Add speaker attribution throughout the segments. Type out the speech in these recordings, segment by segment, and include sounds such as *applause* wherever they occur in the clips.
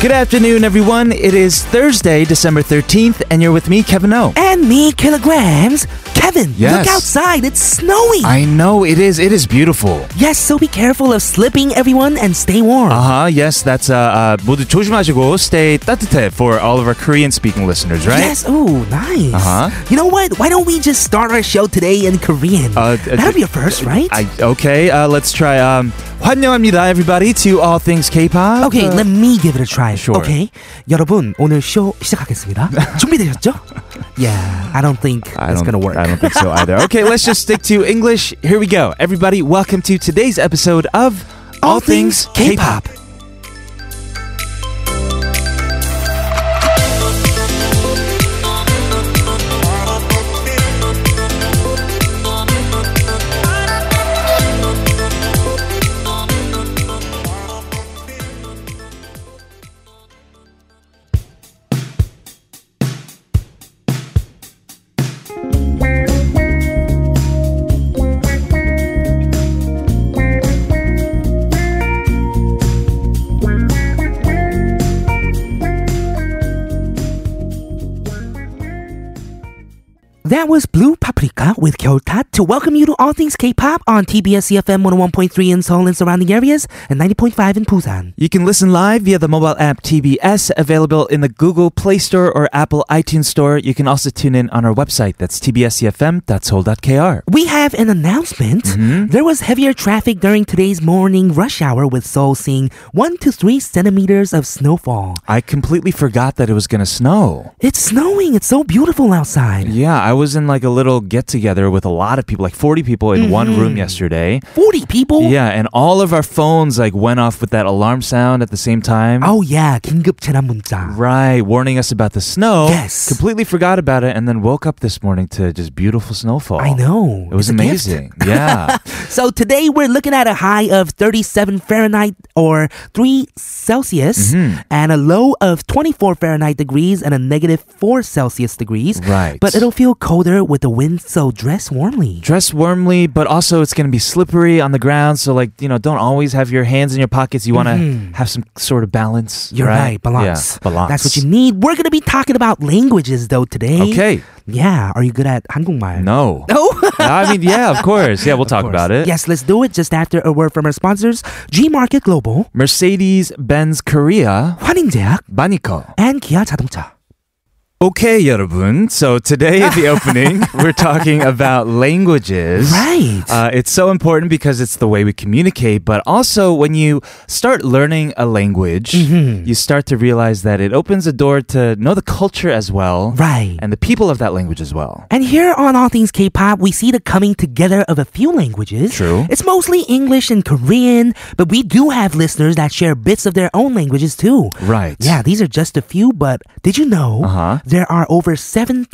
Speaker 1: Good afternoon, everyone. It is Thursday, December 13th, and you're with me, Kevin O.
Speaker 2: And me, kilograms. Kevin,
Speaker 1: Yes.
Speaker 2: look outside. It's snowing.
Speaker 1: I know it is. It is beautiful.
Speaker 2: yes, so be careful of slipping, everyone, and stay warm.
Speaker 1: Uh-huh, yes, that's uh, uh 모두 조심하시고 stay 따뜻해 for all of our Korean speaking listeners, right?
Speaker 2: Yes. Oh, nice.
Speaker 1: Uh-huh.
Speaker 2: You know what? Why don't we just start our show today in Korean?
Speaker 1: Uh, uh,
Speaker 2: That'll be a first, right?
Speaker 1: I, okay, uh, let's try um 환영합니다 everybody to all things K-pop.
Speaker 2: okay,
Speaker 1: Uh,
Speaker 2: let me give it a try.
Speaker 1: Sure.
Speaker 2: Okay, 여러분 오늘 쇼
Speaker 1: *laughs*
Speaker 2: 시작하겠습니다. 준비되셨죠? Yeah, I don't think
Speaker 1: I
Speaker 2: that's
Speaker 1: don't-
Speaker 2: gonna work.
Speaker 1: I don't think so
Speaker 2: *laughs*
Speaker 1: either. Okay, let's just stick to English. Here we go. Everybody, welcome to today's episode of
Speaker 2: All Things K-Pop. That was Blue Paprika with Kyotat to welcome you to All Things K-Pop on TBS CFM 101.3 in Seoul and surrounding areas and 90.5 in Busan.
Speaker 1: You can listen live via the mobile app TBS, available in the Google Play Store or Apple iTunes Store. You can also tune in on our website. That's tbscfm.soul.kr.
Speaker 2: We have an announcement.
Speaker 1: Mm-hmm.
Speaker 2: There was heavier traffic during today's morning rush hour with Seoul seeing 1 to 3 centimeters of snowfall.
Speaker 1: I completely forgot that it was going to snow.
Speaker 2: It's snowing. It's so beautiful outside.
Speaker 1: Yeah, I was in like a little get together with a lot of people, like 40 people in one
Speaker 2: Mm-hmm.
Speaker 1: room yesterday.
Speaker 2: 40 people?
Speaker 1: Yeah, and all of our phones like went off with that alarm sound at the same time.
Speaker 2: Oh yeah, 긴급 재난 문자.
Speaker 1: Right, warning us about the snow.
Speaker 2: Yes.
Speaker 1: Completely forgot about it and then woke up this morning to just beautiful snowfall.
Speaker 2: I know.
Speaker 1: It was
Speaker 2: It's a gift.
Speaker 1: amazing. Yeah.
Speaker 2: *laughs* So today we're looking at a high of 37 Fahrenheit or 3 Celsius
Speaker 1: Mm-hmm.
Speaker 2: and a low of 24 Fahrenheit degrees and a negative 4 Celsius degrees.
Speaker 1: Right.
Speaker 2: But it'll feel colder with the wind, so dress warmly.
Speaker 1: Dress warmly, but also it's going to be slippery on the ground. So, like, you know, don't always have your hands in your pockets. You want to have some sort of balance.
Speaker 2: Mm-hmm. You're right, balance.
Speaker 1: Yeah, balance.
Speaker 2: That's what you need. We're going to be talking about languages though today.
Speaker 1: Okay.
Speaker 2: Yeah. Are you good at 한국말?
Speaker 1: No.
Speaker 2: *laughs*
Speaker 1: Eh.
Speaker 2: No?
Speaker 1: *laughs* I mean, yeah, of course. Yeah, we'll talk about it.
Speaker 2: Yes, let's do it just after a word from our sponsors, G Market Global,
Speaker 1: Mercedes Benz Korea,
Speaker 2: 환인제약,
Speaker 1: Baniko.
Speaker 2: and Kia 자동차.
Speaker 1: Okay, 여러분. So, today
Speaker 2: *laughs*
Speaker 1: in the opening, we're talking about languages.
Speaker 2: Right.
Speaker 1: Uh, it's so important because it's the way we communicate, but also when you start learning a language,
Speaker 2: Mm-hmm.
Speaker 1: you start to realize that it opens a door to know the culture as well,
Speaker 2: right.
Speaker 1: and the people of that language as well.
Speaker 2: And here on All Things K-pop, we see the coming together of a few languages.
Speaker 1: True.
Speaker 2: It's mostly English and Korean, but we do have listeners that share bits of their own languages too.
Speaker 1: Right.
Speaker 2: Yeah, these are just a few, but did you know
Speaker 1: Uh-huh.
Speaker 2: there are over 7,000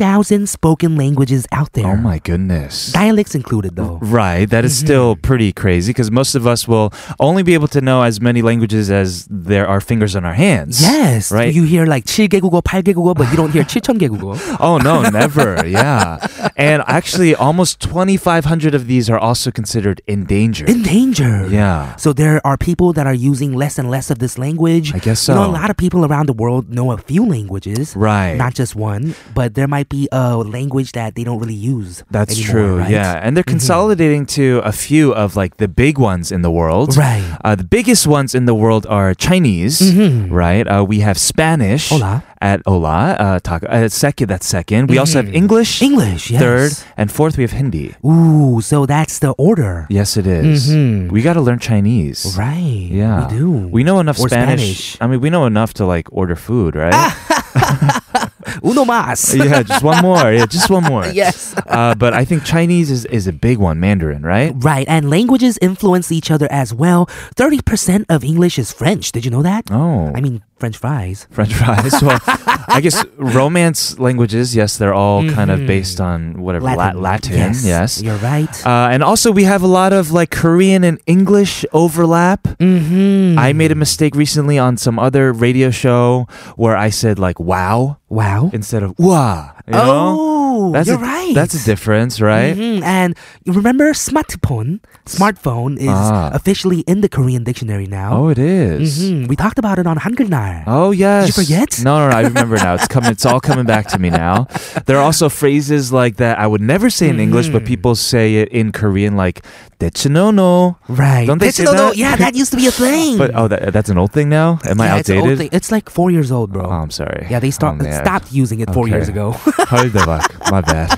Speaker 2: spoken languages out there?
Speaker 1: Oh my goodness.
Speaker 2: Dialects included though.
Speaker 1: Right, that is still
Speaker 2: Mm-hmm.
Speaker 1: pretty crazy because most of us will only be able to know as many languages as there are fingers on our hands.
Speaker 2: Yes.
Speaker 1: Right.
Speaker 2: You hear like 7개국어, 8개국어, but you don't
Speaker 1: *laughs*
Speaker 2: hear 7,000개국어.
Speaker 1: oh
Speaker 2: *laughs*
Speaker 1: no, never. Yeah. And actually, almost 2,500 of these are also considered endangered.
Speaker 2: Endangered.
Speaker 1: yeah.
Speaker 2: So there are people that are using less and less of this language.
Speaker 1: I guess
Speaker 2: You know,
Speaker 1: so.
Speaker 2: a lot of people around the world know a few languages.
Speaker 1: Right.
Speaker 2: Not just one, but there might be a language that they don't really use.
Speaker 1: That's
Speaker 2: anymore,
Speaker 1: true.
Speaker 2: right? Mm-hmm.
Speaker 1: Yeah. And they're consolidating to a few of like the big ones in the world.
Speaker 2: Right.
Speaker 1: Uh, the biggest ones in the world are Chinese, right? Uh, we have Spanish
Speaker 2: Mm-hmm. Hola.
Speaker 1: at Ola, uh, taco, uh, second, that's 2nd We also have English,
Speaker 2: English, Mm-hmm. yes.
Speaker 1: third, and fourth, we have Hindi.
Speaker 2: Ooh, so that's the order.
Speaker 1: Yes, it is. We got to learn Chinese.
Speaker 2: Mm-hmm. Right.
Speaker 1: Yeah.
Speaker 2: We do.
Speaker 1: We know enough
Speaker 2: Or Ah.
Speaker 1: Spanish. I mean, we know enough to like order food, right?
Speaker 2: Uno
Speaker 1: *laughs*
Speaker 2: mas.
Speaker 1: yeah, just one more. Yeah, just one
Speaker 2: *laughs*
Speaker 1: more.
Speaker 2: Yes.
Speaker 1: Uh, but I think Chinese is, is a big one, Mandarin,
Speaker 2: *laughs*
Speaker 1: right?
Speaker 2: Right, and languages influence each other as well. 30% of English is French. Did you know that?
Speaker 1: Oh.
Speaker 2: I mean, French fries.
Speaker 1: French fries. *laughs* Well, I guess Romance languages, yes, they're all kind of based on whatever Mm-hmm. Latin. Latin yes.
Speaker 2: You're right.
Speaker 1: Uh, and also, we have a lot of like Korean and English overlap. Mm-hmm. I made a mistake recently on some other radio show where I said like "wow"
Speaker 2: wow.
Speaker 1: instead of "wah." You know?
Speaker 2: Oh,
Speaker 1: that's
Speaker 2: you're
Speaker 1: a,
Speaker 2: right.
Speaker 1: That's a difference, right?
Speaker 2: Mhm, And you remember smartphone? Smartphone is
Speaker 1: Ah.
Speaker 2: officially in the Korean dictionary now.
Speaker 1: Oh, it is.
Speaker 2: Mhm, We talked about it on Hangul jar.
Speaker 1: Oh yes.
Speaker 2: Did you forget?
Speaker 1: No, no, no. I remember now. It's coming. It's all coming back to me now. There are also phrases like that I would never say in English, but
Speaker 2: Mm-hmm.
Speaker 1: people say it in Korean, like "대치노노."
Speaker 2: Right.
Speaker 1: Don't they
Speaker 2: Did
Speaker 1: say
Speaker 2: you know-
Speaker 1: that?
Speaker 2: Yeah, that used to be a thing.
Speaker 1: But oh, that, that's an old thing now. Am I
Speaker 2: yeah, It's, an old
Speaker 1: outdated?
Speaker 2: thing. It's like four years old, bro.
Speaker 1: Oh, I'm sorry.
Speaker 2: yeah, they
Speaker 1: oh,
Speaker 2: start,
Speaker 1: man.
Speaker 2: stopped using it four
Speaker 1: Okay.
Speaker 2: years ago. *laughs*
Speaker 1: 헐대박. My bad.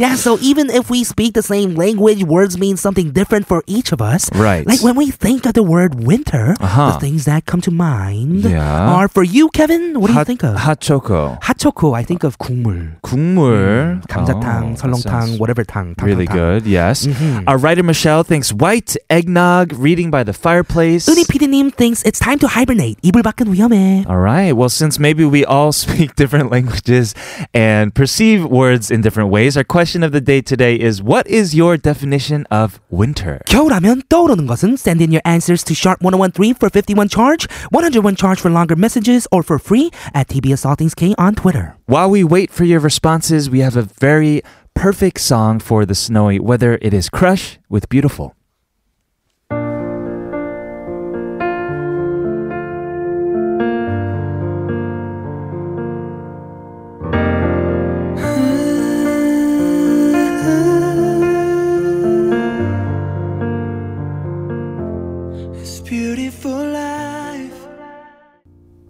Speaker 2: yeah, so even if we speak the same language, words mean something different for each of us.
Speaker 1: Right.
Speaker 2: Like when we think of the word winter,
Speaker 1: Uh-huh.
Speaker 2: the things that come to mind
Speaker 1: Yeah.
Speaker 2: are for you, Kevin. What do you think of?
Speaker 1: Hot choco.
Speaker 2: 하초코, I think of 국물.
Speaker 1: 국물. Oh,
Speaker 2: 감자탕,
Speaker 1: that sounds
Speaker 2: 설렁탕, whatever 탕. 탕,
Speaker 1: Really
Speaker 2: 탕, Mm-hmm. 탕.
Speaker 1: good, yes. Our writer Michelle thinks white eggnog, reading by the fireplace.
Speaker 2: 은희 PD님 thinks it's time to hibernate. 이불 밖은 위험해.
Speaker 1: All right. Well, since maybe we all *laughs* speak different languages and perceive words in different ways, our question of the day today is what is your definition of winter?
Speaker 2: 겨울하면 떠오르는 것은 send in your answers to sharp 1013 for 51 charge, 101 charge for longer messages or for free at TBS All Things K on Twitter.
Speaker 1: While we wait for your responses, we have a very perfect song for the snowy weather. It is Crush with Beautiful.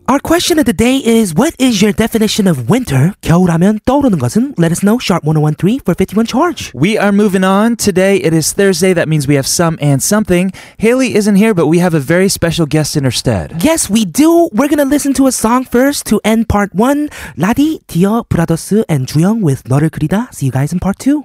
Speaker 2: Our question of the day is What is your definition of winter? 겨울하면 떠오르는 것은? Let us know, sharp 1013 for 51 charge.
Speaker 1: We are moving on. Today it is Thursday. That means we have some and something. Haley isn't here, but we have a very special guest in her stead.
Speaker 2: Yes, we do. We're gonna listen to a song first to end part one. 라디, 디어, 브라더스, and 주영 with 너를 그리다. See you guys in part two.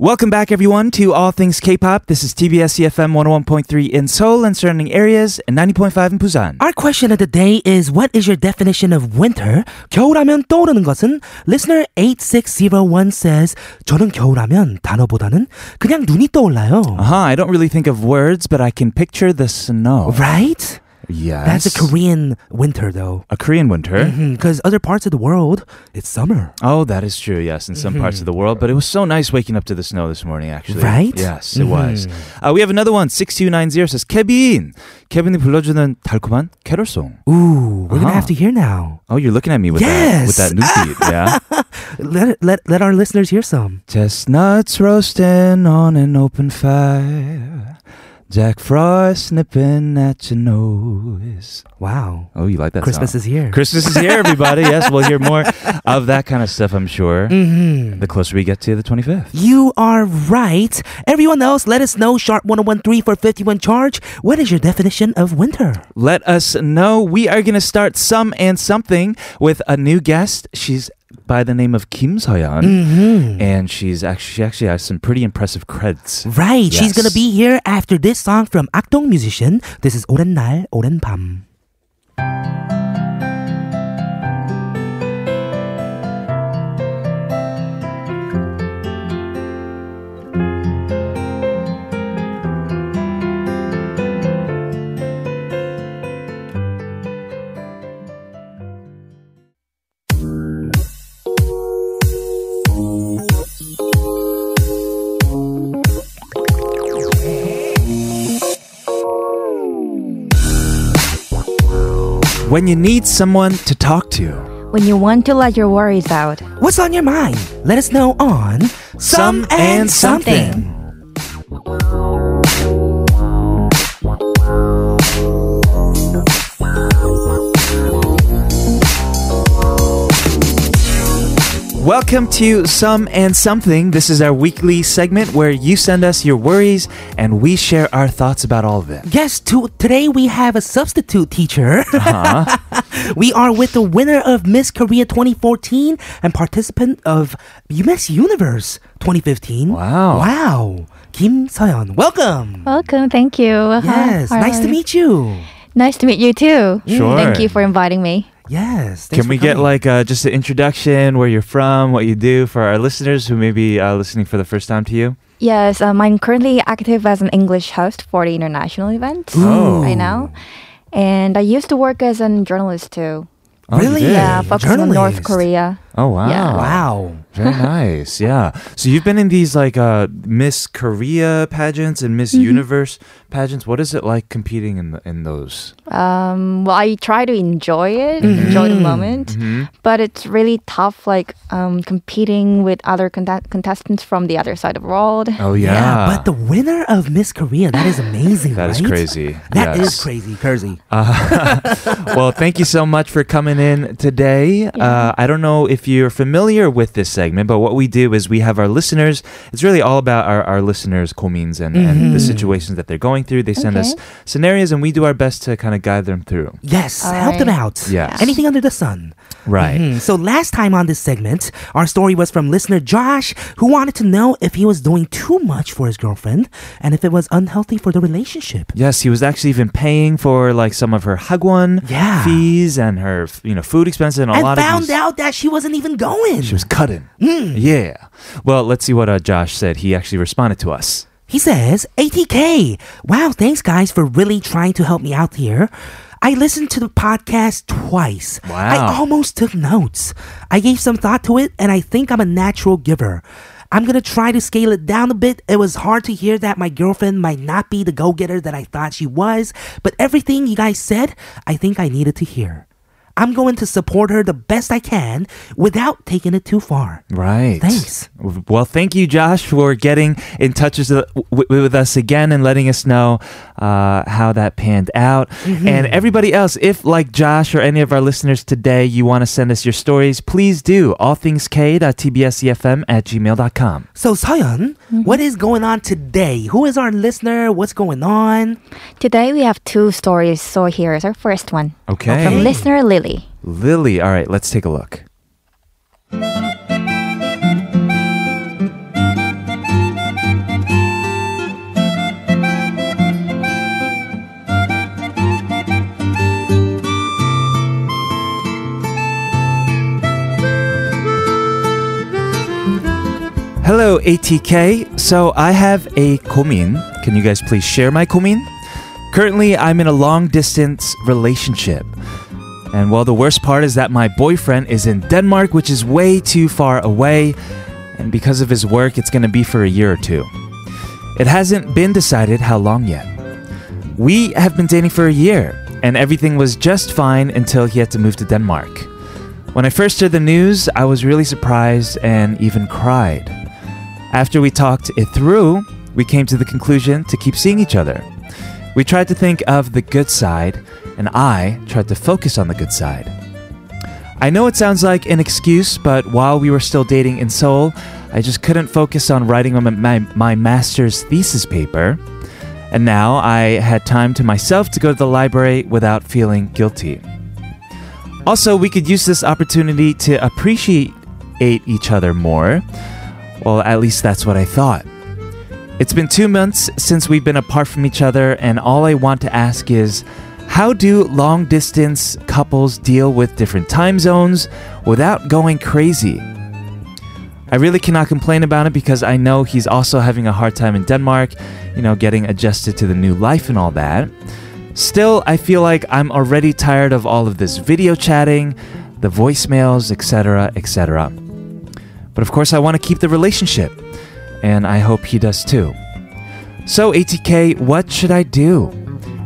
Speaker 1: Welcome back, everyone, to All Things K-pop. This is TBS EFM 101.3 in Seoul and surrounding areas, and 90.5 in Busan.
Speaker 2: Our question of the day is What is your definition of winter? 겨울하면 떠오르는 것은? Listener 8601 says 저는 겨울하면 단어보다는 그냥 눈이 떠올라요.
Speaker 1: Uh-huh, I don't really think of words, but I can picture the snow.
Speaker 2: Right?
Speaker 1: Yes.
Speaker 2: That's a Korean winter though.
Speaker 1: A Korean winter.
Speaker 2: Because other parts of the world, it's summer.
Speaker 1: Oh, that is true. Yes, in some parts of the world. But it was so nice waking up to the snow this morning, actually.
Speaker 2: Right?
Speaker 1: Yes, it was. Uh, we have another one. 6290 says, 케빈! 케빈이 불러주는 달콤한 캐럴송.
Speaker 2: Ooh, we're gonna
Speaker 1: Uh-huh.
Speaker 2: have to hear now.
Speaker 1: Oh, you're looking at me with that with that
Speaker 2: Yes!
Speaker 1: new beat, yeah?
Speaker 2: Let, let, let our listeners hear some.
Speaker 1: *laughs* Chestnuts roasting on an open fire. Jack Frost snipping at your nose.
Speaker 2: Wow.
Speaker 1: Oh, you like that
Speaker 2: Christmas
Speaker 1: song?
Speaker 2: is here.
Speaker 1: Christmas is here, everybody. yes, we'll hear *laughs* more of that kind of stuff, I'm sure.
Speaker 2: Mm-hmm.
Speaker 1: The closer we get to the 25th.
Speaker 2: You are right. Everyone else, let us know. Sharp 1013 for 51 charge. What is your definition of winter?
Speaker 1: let us know. We are going to start some and something with a new guest. She's by the name of Kim Soyeon,
Speaker 2: Mm.
Speaker 1: and she's actually she actually has some pretty impressive creds.
Speaker 2: Right, she's
Speaker 1: Yes.
Speaker 2: gonna be here after this song from Akdong musician. This is 오랜 날, 오랜 밤.
Speaker 1: When you need someone to talk to,
Speaker 3: When you want to let your worries out.
Speaker 2: What's on your mind? Let us know on
Speaker 1: some and something. Welcome to Some and Something. This is our weekly segment where you send us your worries and we share our thoughts about all of it.
Speaker 2: Yes, to, today we have a substitute teacher.
Speaker 1: Uh-huh.
Speaker 2: *laughs* we are with the winner of Miss Korea 2014 and participant of Miss Universe 2015.
Speaker 1: Wow.
Speaker 2: Wow. Kim Soyeon, welcome.
Speaker 3: Welcome. Thank you. Uh-huh. Hi,
Speaker 2: Yes, nice to
Speaker 3: Harlan.
Speaker 2: meet you.
Speaker 3: Nice to meet you too.
Speaker 1: Sure.
Speaker 3: Thank you for inviting me.
Speaker 2: Yes. thanks
Speaker 1: Can
Speaker 2: for
Speaker 1: we get
Speaker 2: coming.
Speaker 1: like uh, just an introduction, where you're from, what you do for our listeners who may be uh, listening for the first time to you?
Speaker 3: Yes, um, I'm currently active as an English host for the international events
Speaker 1: Oh.
Speaker 3: right now, and I used to work as a journalist too.
Speaker 1: Oh, you
Speaker 2: Really?
Speaker 1: did?
Speaker 3: Yeah,
Speaker 2: Hey,
Speaker 3: focusing on North
Speaker 2: journalist.
Speaker 3: Korea.
Speaker 1: Oh wow.
Speaker 3: Yeah.
Speaker 2: Wow. *laughs*
Speaker 1: Very nice. Yeah. So you've been in these like uh, Miss Korea pageants and
Speaker 2: Mm-hmm.
Speaker 1: Miss Universe pageants. What is it like competing in the, in those?
Speaker 3: Um, well, I try to enjoy it,
Speaker 2: Mm-hmm.
Speaker 3: enjoy the moment, but it's really tough, like um, competing with other conta- contestants from the other side of the world.
Speaker 1: Oh
Speaker 2: Yeah.
Speaker 1: yeah.
Speaker 2: but the winner of Miss Korea, that is amazing.
Speaker 1: That
Speaker 2: That
Speaker 1: is
Speaker 2: is
Speaker 1: crazy.
Speaker 2: That is
Speaker 1: Yes. Uh,
Speaker 2: crazy, crazy.
Speaker 1: well, thank you so much for coming in today. Uh, I don't know if you're familiar with this segment, but what we do is we have our listeners. It's really all about our, our listeners' komins and, and the
Speaker 2: Mm-hmm.
Speaker 1: situations that they're going through. They send us
Speaker 3: Okay.
Speaker 1: scenarios, and we do our best to kind of guide them through.
Speaker 2: yes,
Speaker 3: All
Speaker 2: help them
Speaker 3: right.
Speaker 2: out.
Speaker 1: Yes.
Speaker 2: Anything under the sun.
Speaker 1: Right.
Speaker 2: Mhm. So last time on this segment, our story was from listener Josh, who wanted to know if he was doing too much for his girlfriend and if it was unhealthy for the relationship.
Speaker 1: Yes, he was actually even paying for like some of her hagwon
Speaker 2: Yeah.
Speaker 1: fees and her you know food expenses and a
Speaker 2: and
Speaker 1: lot
Speaker 2: found
Speaker 1: of these-
Speaker 2: out that she wasn't even going.
Speaker 1: she was cutting. Yeah. Well, let's see what uh, Josh said. He actually responded to us.
Speaker 2: He says, ATK. Wow, thanks guys for really trying to help me out here. I listened to the podcast twice. I
Speaker 1: Wow.
Speaker 2: almost took notes. I gave some thought to it, and I think I'm a natural giver. I'm gonna try to scale it down a bit. It was hard to hear that my girlfriend might not be the go getter that I thought she was, but everything you guys said, I think I needed to hear. I'm going to support her the best I can without taking it too far.
Speaker 1: Right.
Speaker 2: Thanks.
Speaker 1: W- Well, thank you, Josh, for getting in touch with, uh, w- with us again and letting us know uh, how that panned out. And everybody else, if like Josh or any of our listeners today, you want to send us your stories, please do. All things K.tbscfm E at gmail.com.
Speaker 2: So, Soyeon, what is going on today? Who is our listener? What's going on?
Speaker 3: Today we have two stories, so here is our first one
Speaker 1: Okay.
Speaker 3: from listener Lily.
Speaker 1: Lily. All right, let's take a look. Hello, ATK. So I have a komin. Can you guys please share my komin? Currently, I'm in a long distance relationship. And well, the worst part is that my boyfriend is in Denmark, which is way too far away. And because of his work, it's going to be for a year or two. It hasn't been decided how long yet. We have been dating for a year, and everything was just fine until he had to move to Denmark. When I first heard the news, I was really surprised and even cried. After we talked it through, we came to the conclusion to keep seeing each other. We tried to think of the good side, and I tried to focus on the good side. I know it sounds like an excuse, but while we were still dating in Seoul, I just couldn't focus on writing my, my, my master's thesis paper. And now I had time to myself to go to the library without feeling guilty. Also, we could use this opportunity to appreciate each other more. Well, at least that's what I thought. It's been two months since we've been apart from each other, and all I want to ask is how do long distance couples deal with different time zones without going crazy? I really cannot complain about it because I know he's also having a hard time in Denmark, you know, getting adjusted to the new life and all that. Still, I feel like I'm already tired of all of this video chatting, the voicemails, etc., etc. But of course, I want to keep the relationship, and I hope he does too. So, ATK, what should I do?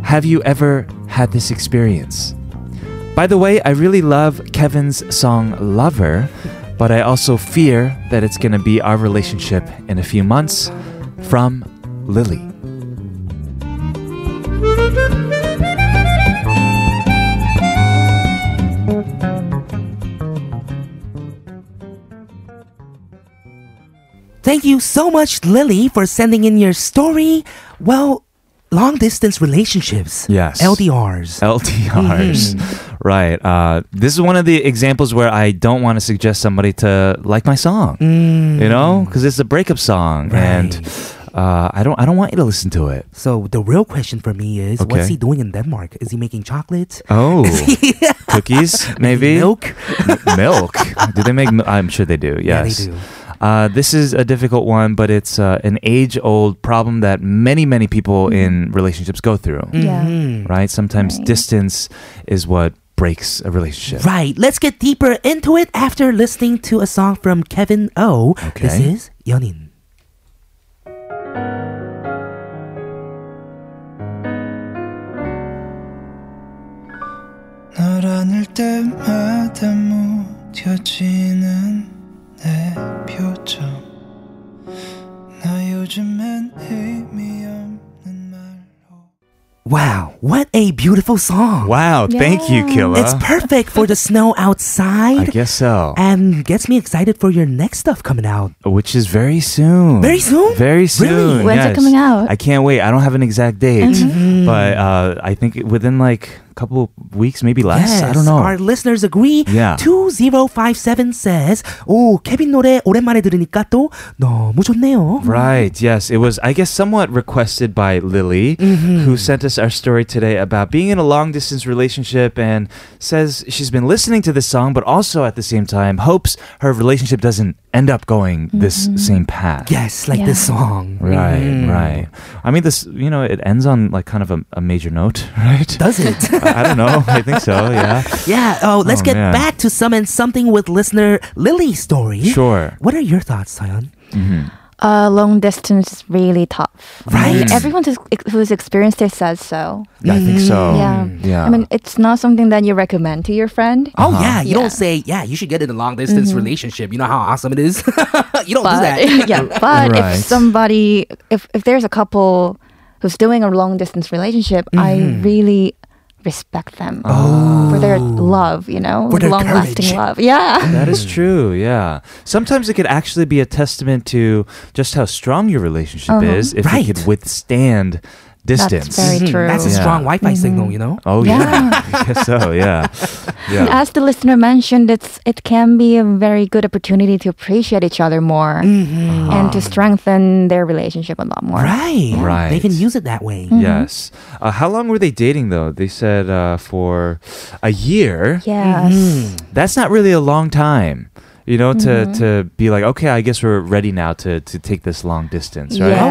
Speaker 1: Have you ever had this experience? By the way, I really love Kevin's song Lover, but I also fear that it's going to be our relationship in a few months from Lily.
Speaker 2: Thank you so much, Lily, for sending in your story. Well, long distance relationships.
Speaker 1: Yes.
Speaker 2: LDRs.
Speaker 1: LDRs. Right. Uh, this is one of the examples where I don't want to suggest somebody to like my song.
Speaker 2: Hmm. Mm.
Speaker 1: You know, because it's a breakup song, and uh, I don't. I don't want you to listen to it.
Speaker 2: so the real question for me is
Speaker 1: Okay.
Speaker 2: what's he doing in Denmark? Is he making chocolate?
Speaker 1: Oh, *laughs* cookies, maybe
Speaker 2: Milk?
Speaker 1: M- milk. Do they make? mil- I'm sure they do.
Speaker 2: Yeah, they
Speaker 1: Yes.
Speaker 2: do.
Speaker 1: Uh, this is a difficult one, but it's uh, an age-old problem that many, many people in relationships go through.
Speaker 3: Yeah.
Speaker 2: Mm.
Speaker 1: Right? Sometimes distance is what breaks a relationship.
Speaker 2: Right. Let's get deeper into it after listening to a song from Kevin O. This
Speaker 1: Okay.
Speaker 2: is Yonin.
Speaker 4: 널 안을 때마다 무뎌지는 내 표정 나 요즘엔 의미 없는 말로
Speaker 2: Wow, what a beautiful song.
Speaker 1: Wow. Thank you,
Speaker 3: Yeah.
Speaker 1: Killa.
Speaker 2: It's perfect for the snow
Speaker 1: I
Speaker 2: outside
Speaker 1: guess so.
Speaker 2: and gets me excited for your next stuff coming out.
Speaker 1: Which is very soon.
Speaker 2: Very soon?
Speaker 1: Very soon.
Speaker 2: Really?
Speaker 3: When's it
Speaker 1: yes.
Speaker 3: coming out?
Speaker 1: I can't wait. I don't have an exact date,
Speaker 2: Mm-hmm.
Speaker 1: but uh, I think within like a couple weeks, maybe less. I don't know.
Speaker 2: Our listeners agree.
Speaker 1: Yeah.
Speaker 2: 2057 says, 오, 케빈 노래 오랜만에 들으니까 또 너무 좋네요.
Speaker 1: Right, yes. It was, I guess, somewhat requested by Lily,
Speaker 3: Mm-hmm.
Speaker 1: who sent us our story today about being in a long distance relationship and says she's been listening to this song, but also at the same time hopes her relationship doesn't end up going this
Speaker 3: Mm-hmm.
Speaker 1: same path.
Speaker 2: Yes, like this song. Mm.
Speaker 1: Right, right. I mean, this, you know, it ends on like kind of a, a major note, *laughs* right?
Speaker 2: Does
Speaker 3: *laughs*
Speaker 2: it?
Speaker 1: I I don't know. I think so, yeah.
Speaker 2: yeah. Oh, let's
Speaker 1: Oh,
Speaker 2: get
Speaker 1: man.
Speaker 2: back to some and something with listener Lily's story.
Speaker 1: Sure.
Speaker 2: What are your thoughts, Soyeon?
Speaker 1: Mm-hmm.
Speaker 3: Uh, long distance is really tough.
Speaker 2: Mm-hmm. Right.
Speaker 3: And Everyone who's, who's experienced it says so.
Speaker 1: I think
Speaker 2: Oh,
Speaker 1: so.
Speaker 3: Yeah.
Speaker 1: Yeah.
Speaker 3: I mean, it's not something that you recommend to your friend.
Speaker 2: Oh
Speaker 1: Uh-huh.
Speaker 2: yeah, you
Speaker 3: Yeah. Mm-hmm.
Speaker 2: don't say yeah. You should get in a long distance relationship. You know how awesome it is. *laughs* you don't do
Speaker 3: *laughs* but
Speaker 2: that. *laughs*
Speaker 3: yeah, but
Speaker 1: Right.
Speaker 3: if somebody, if if there's a couple who's doing a long distance relationship,
Speaker 2: Mm-hmm.
Speaker 3: I really respect them for their love. You
Speaker 2: Oh.
Speaker 3: know,
Speaker 2: For their
Speaker 3: long
Speaker 2: courage.
Speaker 3: lasting love. Yeah.
Speaker 1: That is true, yeah. Sometimes it could actually be a testament to just how strong your relationship is if
Speaker 2: Right.
Speaker 1: it could withstand distance.
Speaker 3: very
Speaker 2: Mm,
Speaker 3: true. Mm-hmm.
Speaker 2: That's a
Speaker 1: Yeah.
Speaker 2: strong Wi-Fi signal, you know.
Speaker 1: Oh yeah, *laughs* I guess so. Yeah,
Speaker 3: *laughs*
Speaker 1: yeah.
Speaker 3: As the listener mentioned, it's it can be a very good opportunity to appreciate each other more Mm-hmm. and to strengthen their relationship a lot more. Mm-hmm.
Speaker 2: Right.
Speaker 1: Uh-huh. Right.
Speaker 2: They can use it that way.
Speaker 1: Yes. Uh, how long were they dating though? They said uh, for a year.
Speaker 3: Yes.
Speaker 1: That's not really a long time, you know, to to be like, okay, I guess we're ready now to to take this long distance, right?
Speaker 2: Oh
Speaker 3: Yeah.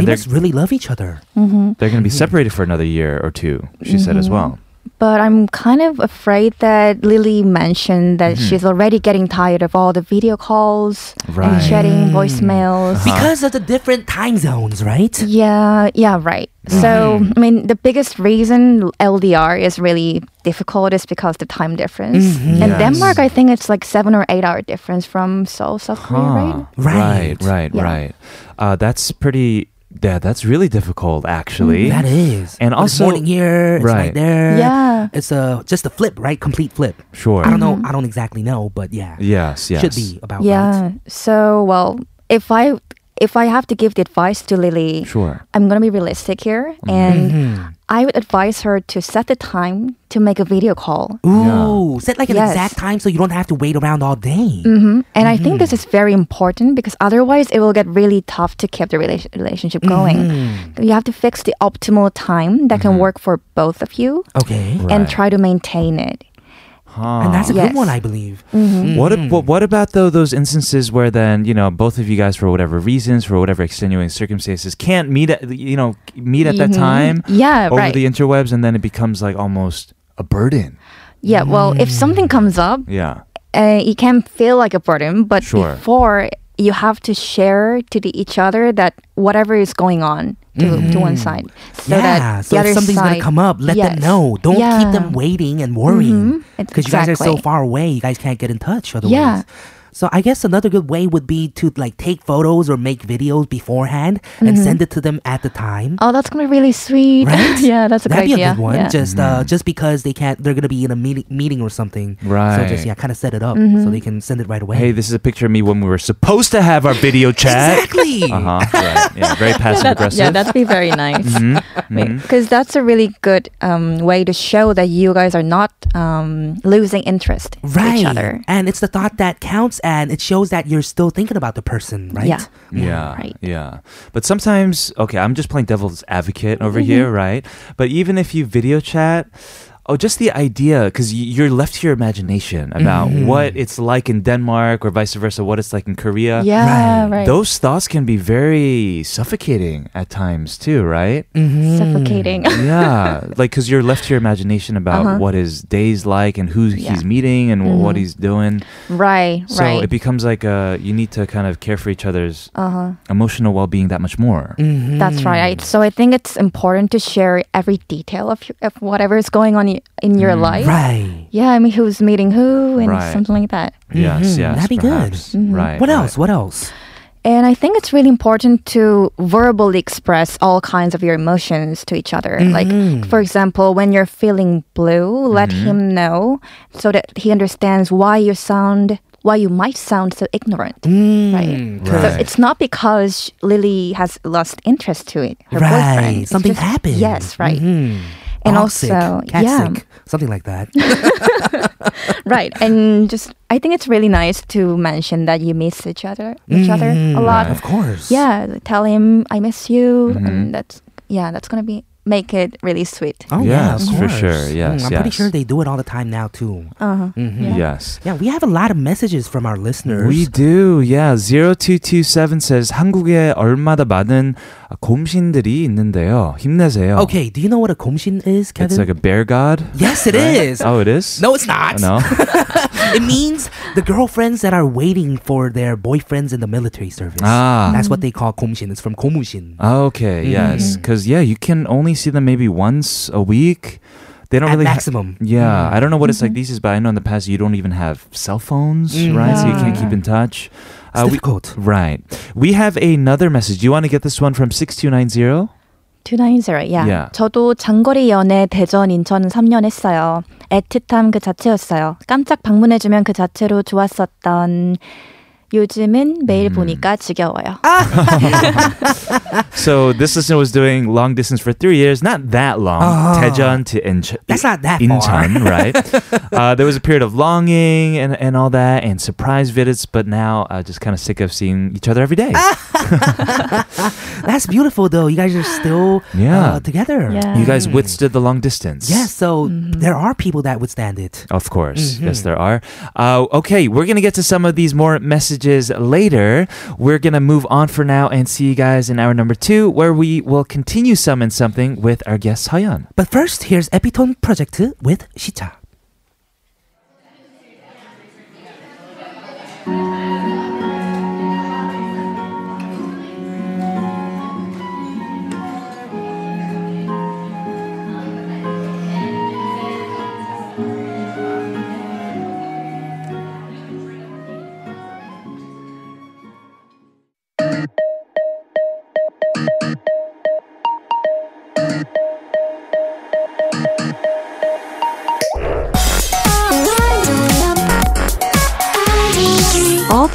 Speaker 2: yeah.
Speaker 1: And
Speaker 2: They
Speaker 1: they're- Uh-huh.
Speaker 2: must really love each other.
Speaker 1: They're going to be separated for another year or two. She said as well.
Speaker 3: But I'm kind of afraid that Lily mentioned that she's already getting tired of all the video calls
Speaker 1: Right.
Speaker 3: and chatting voicemails.
Speaker 2: Because of the different time zones, right?
Speaker 3: Yeah, yeah, right. So, I mean, the biggest reason LDR is really difficult is because the time difference. In
Speaker 1: Yes.
Speaker 3: Denmark, I think it's like seven or eight hour difference from Seoul, South Korea, right?
Speaker 1: Right,
Speaker 2: Right.
Speaker 1: Ah, right,
Speaker 3: Yeah.
Speaker 1: right. Uh, that's pretty. Yeah, that's really difficult, actually.
Speaker 2: Mm, That is.
Speaker 1: And
Speaker 2: But it's
Speaker 1: also-
Speaker 2: morning here, it's
Speaker 1: right.
Speaker 2: night there.
Speaker 3: Yeah. Mm-hmm.
Speaker 2: It's a just a flip, right? Complete flip.
Speaker 1: Sure.
Speaker 2: I don't know. I don't exactly know, but yeah.
Speaker 1: Yes, yes.
Speaker 2: Should be about
Speaker 3: Yeah.
Speaker 2: right.
Speaker 3: So, well, if I if I have to give the advice to Lily,
Speaker 1: Sure.
Speaker 3: I'm gonna be realistic here,
Speaker 1: Mm-hmm.
Speaker 3: and I would advise her to set the time to make a video call.
Speaker 2: Ooh, set like an
Speaker 3: Yes.
Speaker 2: exact time so you don't have to wait around all day.
Speaker 3: hmm And I think this
Speaker 1: Mm-hmm.
Speaker 3: is very important because otherwise it will get really tough to keep the rela- relationship going.
Speaker 1: Mm-hmm.
Speaker 3: You have to fix the optimal time that can work for both of you
Speaker 2: Okay.
Speaker 1: Right.
Speaker 3: and try to maintain it.
Speaker 2: And that's a Mm.
Speaker 3: Yes.
Speaker 2: good one, I believe.
Speaker 1: What, ab- what what about though those instances where then you know both of you guys for whatever reasons for whatever extenuating circumstances can't meet at you know meet at that time
Speaker 3: Mm-hmm. Yeah,
Speaker 1: over
Speaker 3: right.
Speaker 1: the interwebs and then it becomes like almost a burden.
Speaker 3: yeah, well, if something
Speaker 1: Mm-hmm.
Speaker 3: comes up,
Speaker 1: Yeah.
Speaker 3: uh, it can feel like a burden, but
Speaker 1: Sure.
Speaker 3: before you have to share to the, each other that whatever is going on to, to one side,
Speaker 2: Mm-hmm.
Speaker 3: so
Speaker 2: yeah.
Speaker 3: that
Speaker 2: So
Speaker 3: the
Speaker 2: if
Speaker 3: other
Speaker 2: something's
Speaker 3: side,
Speaker 2: gonna come up, let them
Speaker 3: Yes.
Speaker 2: know. Don't keep
Speaker 3: Yeah.
Speaker 2: them waiting and worrying
Speaker 3: Mhm.
Speaker 2: because you guys are so
Speaker 3: Exactly.
Speaker 2: far away. You guys can't get in touch otherwise.
Speaker 3: Yeah.
Speaker 2: So I guess another good way would be to like take photos or make videos beforehand and send it to them at the time.
Speaker 3: Mm-hmm. Oh, that's gonna be really sweet.
Speaker 2: Right?
Speaker 3: *laughs* yeah, that's a
Speaker 2: That'd
Speaker 3: good
Speaker 2: be
Speaker 3: idea.
Speaker 2: a good one.
Speaker 3: Yeah.
Speaker 2: Just uh,
Speaker 1: Mm-hmm.
Speaker 2: just because they can't, they're gonna be in a meeting, meeting or something. So
Speaker 1: Right.
Speaker 2: just yeah, kind of set it up so
Speaker 3: Mm-hmm.
Speaker 2: they can send it right away.
Speaker 1: Hey, this is a picture of me when we were supposed to have our
Speaker 2: *laughs*
Speaker 1: video chat.
Speaker 2: exactly.
Speaker 1: *laughs* Uh-huh. Right. Yeah,
Speaker 3: *laughs*
Speaker 1: very passive aggressive. Mm-hmm.
Speaker 3: yeah, that'd be
Speaker 1: *laughs*
Speaker 3: very nice. Because that's a really good um, way to show that you guys are not um, losing interest with
Speaker 2: Right.
Speaker 3: each other.
Speaker 2: And it's the thought that counts, and it shows that you're still thinking about the person, right?
Speaker 3: Yeah.
Speaker 1: Yeah.
Speaker 3: Right.
Speaker 1: Yeah. But sometimes, okay, I'm just playing devil's advocate over
Speaker 3: Mm-hmm.
Speaker 1: here, right? But even if you video chat, oh, just the idea, because you're left to your imagination about
Speaker 3: Mm-hmm.
Speaker 1: what it's like in Denmark or vice versa, what it's like in Korea.
Speaker 3: Yeah, right.
Speaker 1: Those thoughts can be very suffocating at times too,
Speaker 3: *laughs*
Speaker 1: right?
Speaker 2: Mm-hmm.
Speaker 3: Suffocating.
Speaker 2: Mm.
Speaker 1: yeah, like because you're left to your imagination about what his day's like and who
Speaker 3: Uh-huh. Yeah.
Speaker 1: he's meeting and wh- what he's doing.
Speaker 3: *laughs* right,
Speaker 1: So
Speaker 3: right.
Speaker 1: it becomes like uh you need to kind of care for each other's
Speaker 3: Uh-huh.
Speaker 1: emotional well being that much more.
Speaker 2: Mm-hmm.
Speaker 3: That's
Speaker 2: Mm.
Speaker 3: right. I, so I think it's important to share every detail of, your, of whatever is going on i- in your life.
Speaker 2: Mm. Right.
Speaker 3: Yeah, I mean, who's meeting who and
Speaker 1: Right.
Speaker 3: something like that.
Speaker 1: Yes, yes,
Speaker 2: Mm-hmm. that'd be good. Mm-hmm.
Speaker 1: perhaps. Right.
Speaker 2: What
Speaker 1: right.
Speaker 2: else? What else?
Speaker 3: And I think it's really important to verbally express all kinds of your emotions to each other.
Speaker 2: Mm-hmm.
Speaker 3: Like, for example, when you're feeling blue, let him know so that he understands why you sound, why you might sound so ignorant.
Speaker 2: Mm,
Speaker 3: Right. So
Speaker 1: Right.
Speaker 3: it's not because Lily has lost interest to it. Her boyfriend.
Speaker 2: right.
Speaker 3: It's
Speaker 2: Something
Speaker 3: just-
Speaker 2: happened.
Speaker 3: Yes, right.
Speaker 2: Mhm.
Speaker 3: And
Speaker 2: Dog
Speaker 3: also,
Speaker 2: sick, cat
Speaker 3: yeah,
Speaker 2: sick, something like that.
Speaker 3: right. And just, I think it's really nice to mention that you miss each other, *laughs* each other a lot.
Speaker 2: Mm-hmm. of course.
Speaker 3: Yeah, tell him I miss you, and that's yeah, that's gonna be make it really sweet.
Speaker 2: Oh yeah,
Speaker 1: Yes,
Speaker 2: of
Speaker 1: for
Speaker 2: course. Mm,
Speaker 1: sure. Yes,
Speaker 2: I'm pretty
Speaker 1: yes.
Speaker 2: sure they do it all the time now too.
Speaker 3: Uh-huh.
Speaker 1: Mm-hmm.
Speaker 3: Yeah.
Speaker 1: Yes.
Speaker 2: Yeah, we have a lot of messages from our listeners.
Speaker 1: We do, yeah. 0227 says 한국에 얼마나 많은 곰신들이 있는데요. 힘내세요.
Speaker 2: okay, do you know what a komshin is, Kevin?
Speaker 1: It's like a bear god.
Speaker 2: yes, it is.
Speaker 1: Oh, it is.
Speaker 2: No, it's not.
Speaker 1: No.
Speaker 2: it means the girlfriends that are waiting for their boyfriends in the military service.
Speaker 1: *laughs* Ah.
Speaker 2: That's Mm-hmm. what they call komshin. It's from komushin.
Speaker 1: Ah, Okay, yes. Because, yeah, you can only see them maybe once a week. They don't
Speaker 2: At
Speaker 1: really. ha-
Speaker 2: maximum. Mm-hmm.
Speaker 1: yeah, I don't know what it's like these days, but I know in the past you don't even have cell phones, right? So you can't keep in touch.
Speaker 2: Mm-hmm. It's
Speaker 1: Uh, we-
Speaker 2: difficult.
Speaker 1: right. We have another message. Do you want to get this one from 6290?
Speaker 3: 290, yeah.
Speaker 1: Yeah.
Speaker 3: 저도 장거리 연애 대전 인천 3년 했어요. 애틋함 그 자체였어요. 깜짝 방문해주면 그 자체로 좋았었던 요즘은 매일 보니까 지겨워요.
Speaker 1: So this listener was doing long distance for three years, not that long.
Speaker 2: Ah.
Speaker 1: Daejeon to Incheon.
Speaker 2: That's not that far.
Speaker 1: Incheon,
Speaker 2: *laughs*
Speaker 1: right? uh, there was a period of longing and, and all that, and surprise visits, but now uh, just kind of sick of seeing each other every day.
Speaker 2: Ah. That's beautiful, though. You guys are still
Speaker 1: Yeah.
Speaker 2: uh, together.
Speaker 3: Yeah.
Speaker 1: You guys withstood the long distance.
Speaker 2: Yeah, so there are people that withstand it.
Speaker 1: Of course. Yes, there are. Uh, okay, we're going to get to some of these more messages later. We're going to move on for now and see you guys in hour number two, where we will continue Summon Something with our guest, Hyun.
Speaker 2: But first, here's Epitone Project with Shicha.
Speaker 5: All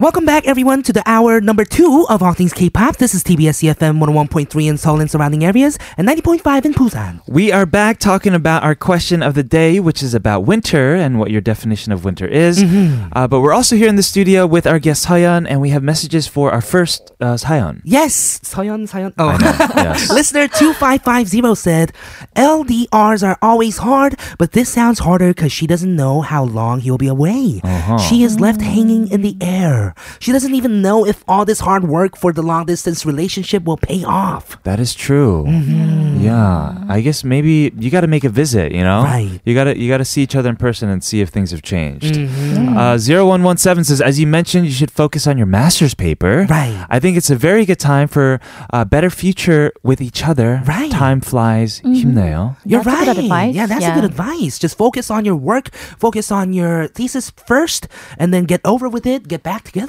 Speaker 2: Welcome back, everyone, to the hour number two of All Things K-Pop. This is TBS EFM 101.3 in Seoul and surrounding areas and 90.5 in Busan.
Speaker 1: We are back talking about our question of the day, which is about winter and what your definition of winter is. Uh, but we're also here in the studio with our guest, Hyun, and we have messages for our first uh,
Speaker 2: *laughs*
Speaker 1: Hyun.
Speaker 2: Yes, 서연, 서연. Oh.
Speaker 1: yes.
Speaker 2: Listener 2550 said, LDRs are always hard, but this sounds harder because she doesn't know how long he'll be away. She is left hanging in the air. her. She doesn't even know if all this hard work for the long distance relationship will pay off.
Speaker 1: That is true.
Speaker 2: Mm-hmm.
Speaker 1: Yeah, I guess maybe you got to make a visit. You know,
Speaker 2: Right.
Speaker 1: You gotta you gotta see each other in person and see if things have changed.
Speaker 2: Mm-hmm.
Speaker 1: Uh, 0117 says, as you mentioned, you should focus on your master's paper.
Speaker 2: Right.
Speaker 1: I think it's a very good time for a better future with each other.
Speaker 2: Right. Mm-hmm.
Speaker 1: Time flies. 힘내요.
Speaker 2: You're
Speaker 3: That's a
Speaker 2: right.
Speaker 3: good advice.
Speaker 2: Yeah, that's
Speaker 3: Yeah.
Speaker 2: a good advice. Just focus on your work, focus on your thesis first, and then get over with it, get back together.
Speaker 1: Okay.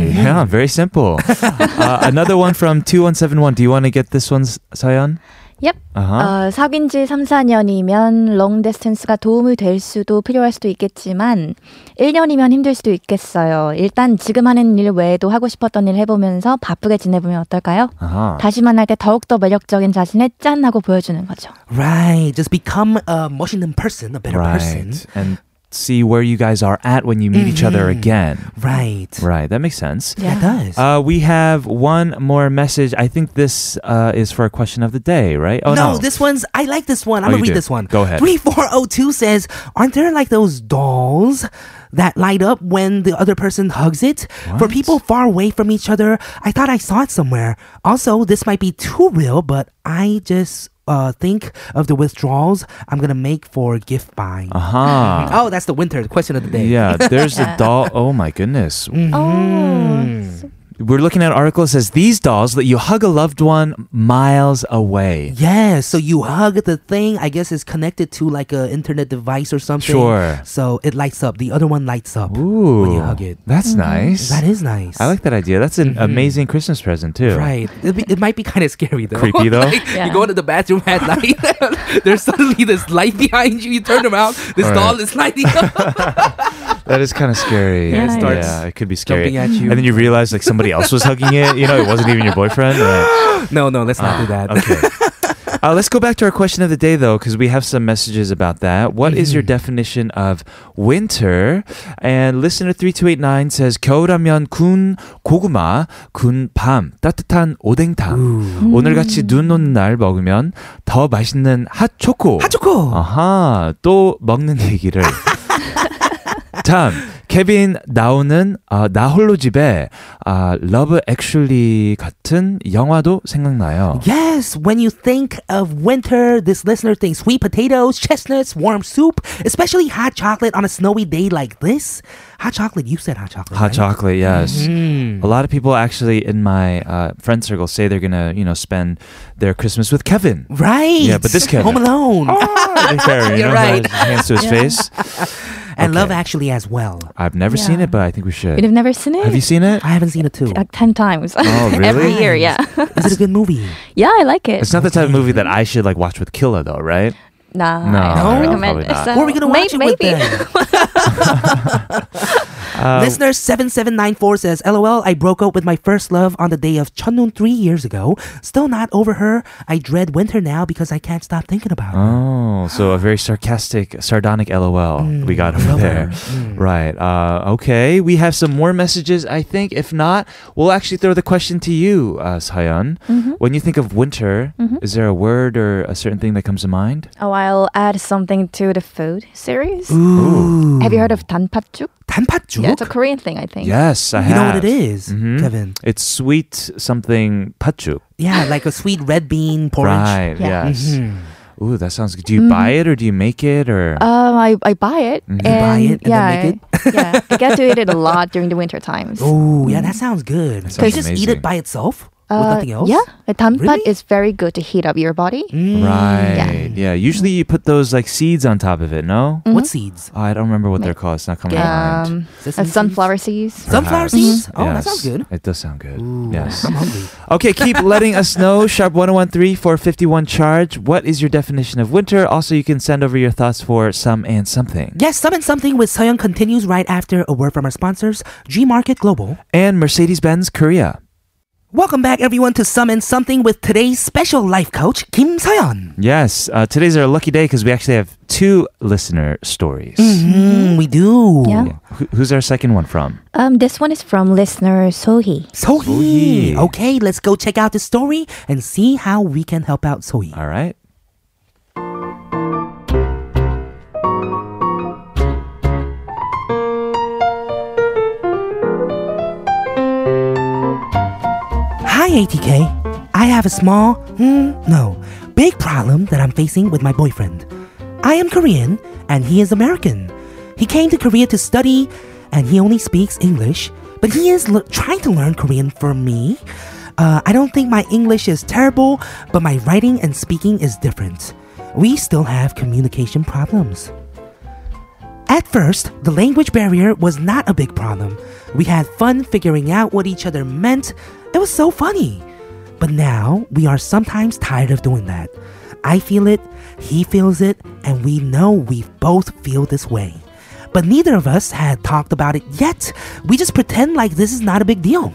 Speaker 2: Mm-hmm.
Speaker 1: *laughs* Yeah. Very
Speaker 2: *laughs*
Speaker 1: simple. uh, another one from two one seven one. Do you want to get this one, Sayan?
Speaker 3: Yep.
Speaker 1: Uh-huh.
Speaker 3: 어, 사귄 지 3, 4년이면 롱 디스턴스가 도움이 될 수도 필요할 수도 있겠지만 1년이면 힘들 수도 있겠어요. 일단 지금 하는 일 외에도 하고 싶었던 일 해보면서 바쁘게 지내보면 어떨까요?
Speaker 1: Uh-huh.
Speaker 3: 다시 만날 때 더욱더 매력적인 자신을 짠하고 보여주는 거죠.
Speaker 2: Right. Just become a Washington person, a better person.
Speaker 1: And see where you guys are at when you meet each other
Speaker 2: Mm-hmm.
Speaker 1: again.
Speaker 2: Right.
Speaker 1: Right. That makes sense.
Speaker 2: That does.
Speaker 1: Uh, we have one more message. I think this uh, is for a question of the day, right? Oh
Speaker 2: no,
Speaker 1: no,
Speaker 2: this one's. I like this one. I'm
Speaker 1: Oh,
Speaker 2: gonna
Speaker 1: you
Speaker 2: read
Speaker 1: do.
Speaker 2: this one.
Speaker 1: Go ahead.
Speaker 2: 3402 says, Aren't there like those dolls that light up when the other person hugs it? For people far away from each other, I thought I saw it somewhere. Also, this might be too real, but I just uh, think of the withdrawals I'm gonna make for gift buying. *laughs*
Speaker 1: Aha.
Speaker 2: Oh, that's the winter question of the day.
Speaker 1: Uh-huh. Yeah, there's a
Speaker 2: *laughs*
Speaker 1: doll. Oh my goodness.
Speaker 2: Mm. 음.
Speaker 3: 어.
Speaker 1: We're looking at an article that says these dolls let you hug a loved one miles away.
Speaker 2: Yeah, so you hug the thing. I guess it's connected to like a internet device or something.
Speaker 1: Sure.
Speaker 2: So it lights up. The other one lights up
Speaker 1: Ooh,
Speaker 2: when you hug it.
Speaker 1: that's nice.
Speaker 2: Mm-hmm. That is nice.
Speaker 1: I like that idea. That's an amazing Christmas present too.
Speaker 2: Right. It'd be, it might be kind of scary though.
Speaker 1: Creepy, though?
Speaker 2: *laughs* Like, You go into the bathroom at night. *laughs* there's suddenly this light behind you. You turn around. This
Speaker 1: All right.
Speaker 2: doll is lighting up. *laughs*
Speaker 1: That is kind of scary.
Speaker 3: Yeah, it starts
Speaker 1: yeah, it could be scary.
Speaker 2: jumping at you.
Speaker 1: And then you realize like somebody else was hugging it. You know, it wasn't even your
Speaker 2: *laughs*
Speaker 1: boyfriend. Right.
Speaker 2: no, no, let's not do that.
Speaker 1: Ah,
Speaker 2: *laughs*
Speaker 1: Okay. *laughs* Uh, let's go back to our question of the day, though, because we have some messages about that. What is your definition of winter? And listener 3289 says, 겨울하면 군 고구마, 군밤, 따뜻한 오뎅탕. 오늘같이 눈 오는 날 먹으면 더 맛있는 핫초코.
Speaker 2: 초코.
Speaker 1: Ah. 아하, 또 먹는 *laughs* 얘기를. 참, 케빈 나오는 아, 나 홀로 집에 아, 러브 액슐리 같은 영화도 생각나요.
Speaker 2: Yes, when you think of winter, this listener thinks sweet potatoes, chestnuts, warm soup, especially hot chocolate on a snowy day like this. Hot chocolate, you said hot chocolate.
Speaker 1: Hot
Speaker 2: right? Hmm.
Speaker 1: chocolate, yes. A lot of people actually in my uh, friend circle say they're gonna, you know, spend their Christmas with *laughs* Kevin.
Speaker 2: Right.
Speaker 1: Yeah, but this Kevin.
Speaker 2: Home Alone
Speaker 1: Fair, you
Speaker 2: You're
Speaker 1: know,
Speaker 2: right.
Speaker 1: Hands to his face.
Speaker 2: and
Speaker 1: Okay.
Speaker 2: Love Actually as well.
Speaker 1: I've never seen
Speaker 3: Yeah.
Speaker 1: it, but I think we should.
Speaker 3: You've never seen it?
Speaker 1: Have you seen it?
Speaker 2: I haven't seen it
Speaker 3: *laughs*
Speaker 2: too.
Speaker 3: like 10 times.
Speaker 1: Oh, really?
Speaker 3: *laughs* Every year, yeah.
Speaker 2: Is it a good movie?
Speaker 3: yeah, I like it.
Speaker 1: It's not the type of movie that I should like watch with Killa, though, right?
Speaker 3: Nah,
Speaker 1: No,
Speaker 3: I
Speaker 1: no,
Speaker 3: don't
Speaker 1: probably
Speaker 3: recommend it.
Speaker 1: not.
Speaker 3: So
Speaker 2: Where are we gonna
Speaker 3: may-
Speaker 2: watch it with Um,
Speaker 3: maybe.
Speaker 2: them? *laughs*
Speaker 3: *laughs*
Speaker 2: Listener 7794 says, LOL, I broke up with my first love on the day of Chunun three years ago. Still not over her. I dread winter now because I can't stop thinking about her.
Speaker 1: Oh, so a very sarcastic, sardonic LOL we got over there. Right. Uh, okay. We have some more messages, I think. If not, we'll actually throw the question to you, uh, Sayan.
Speaker 2: Mm-hmm.
Speaker 1: When you think of winter, is there a word or a certain thing that comes to mind?
Speaker 3: Oh, I'll add something to the food series.
Speaker 2: Oh.
Speaker 3: Have you heard of danpatjuk?
Speaker 2: 단팥죽?
Speaker 3: Yeah, it's a Korean thing, I think.
Speaker 1: Yes, I
Speaker 2: you
Speaker 1: have.
Speaker 2: know what it is,
Speaker 1: Mhm.
Speaker 2: Kevin?
Speaker 1: It's sweet something patchuk.
Speaker 2: Yeah, like a sweet red bean porridge.
Speaker 1: Right.
Speaker 3: Yeah.
Speaker 1: Yes. Ooh, that sounds good. Do you
Speaker 2: Mm-hmm.
Speaker 1: buy it or do you make it or?
Speaker 2: Uh,
Speaker 3: Um, I, I buy it.
Speaker 1: Mhm. You
Speaker 2: buy it and then
Speaker 3: yeah,
Speaker 2: make
Speaker 3: I- yeah, I get to eat it a lot during the winter times.
Speaker 2: Oh, yeah, that sounds good.
Speaker 1: That sounds
Speaker 2: you just eat
Speaker 1: amazing.
Speaker 2: it by itself with
Speaker 3: Mm. Uh,
Speaker 2: nothing else?
Speaker 3: Yeah, the tanpat
Speaker 2: Really?
Speaker 3: is very good to heat up your body.
Speaker 2: Mm.
Speaker 1: right. Yeah. Usually you put those like seeds on top of it. No.
Speaker 3: Mm-hmm.
Speaker 2: What seeds?
Speaker 1: Oh, I don't remember what they're called. It's not coming to mind.
Speaker 3: Um,
Speaker 2: Sesame
Speaker 3: uh, sunflower seeds.
Speaker 2: Sunflower
Speaker 1: Perhaps.
Speaker 2: seeds? Oh, that
Speaker 1: Yes.
Speaker 2: sounds good.
Speaker 1: It does sound good.
Speaker 2: Ooh,
Speaker 1: Yes.
Speaker 2: I'm hungry.
Speaker 1: Okay, keep letting us know. Sharp 1013 451 charge. What is your definition of winter? Also, you can send over your thoughts for some and something.
Speaker 2: Yes, Summon Something with Soyoung continues right after a word from our sponsors, G Market Global.
Speaker 1: And Mercedes Benz Korea.
Speaker 2: Welcome back, everyone, to Summon Something with today's special life coach, Kim Soyeon.
Speaker 1: Yes, uh, today's our lucky day because we actually have two listener stories.
Speaker 2: Mm, we do.
Speaker 3: Yeah.
Speaker 1: Yeah. Who, who's our second one from?
Speaker 3: Um, this one is from listener Sohee.
Speaker 2: Sohee.
Speaker 1: Sohee.
Speaker 2: Okay, let's go check out the story and see how we can help out Sohee.
Speaker 1: All right.
Speaker 2: ATK. I have a small, hmm, no, big problem that I'm facing with my boyfriend. I am Korean and he is American. He came to Korea to study and he only speaks English, but he is l- trying to learn Korean for me. Uh, I don't think my English is terrible, but my writing and speaking is different. We still have communication problems. At first, the language barrier was not a big problem. We had fun figuring out what each other meant. It was so funny. But now, we are sometimes tired of doing that. I feel it, he feels it, and we know we both feel this way. But neither of us had talked about it yet. We just pretend like this is not a big deal.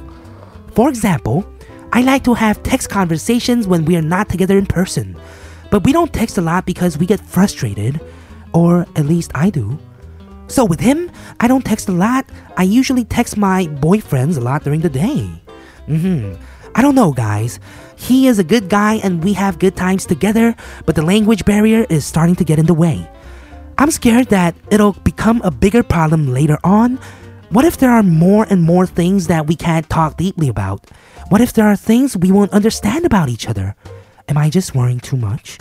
Speaker 2: For example, I like to have text conversations when we are not together in person. But we don't text a lot because we get frustrated, or at least I do. So with him, I don't text a lot. I usually text my boyfriends a lot during the day. hmm I don't know, guys. He is a good guy and we have good times together, but the language barrier is starting to get in the way. I'm scared that it'll become a bigger problem later on. What if there are more and more things that we can't talk deeply about? What if there are things we won't understand about each other? Am I just worrying too much?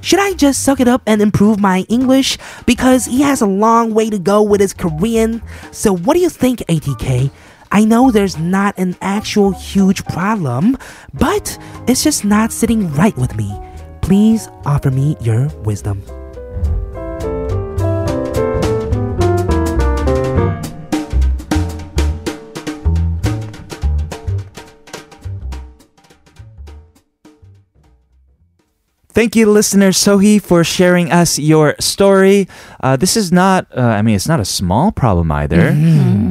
Speaker 2: Should I just suck it up and improve my English? Because he has a long way to go with his Korean. So, what do you think, ATK? I know there's not an actual huge problem, but it's just not sitting right with me. Please offer me your wisdom.
Speaker 1: Thank you, listener Sohi, for sharing us your story. Uh, this is not, uh, I mean, it's not a small problem either.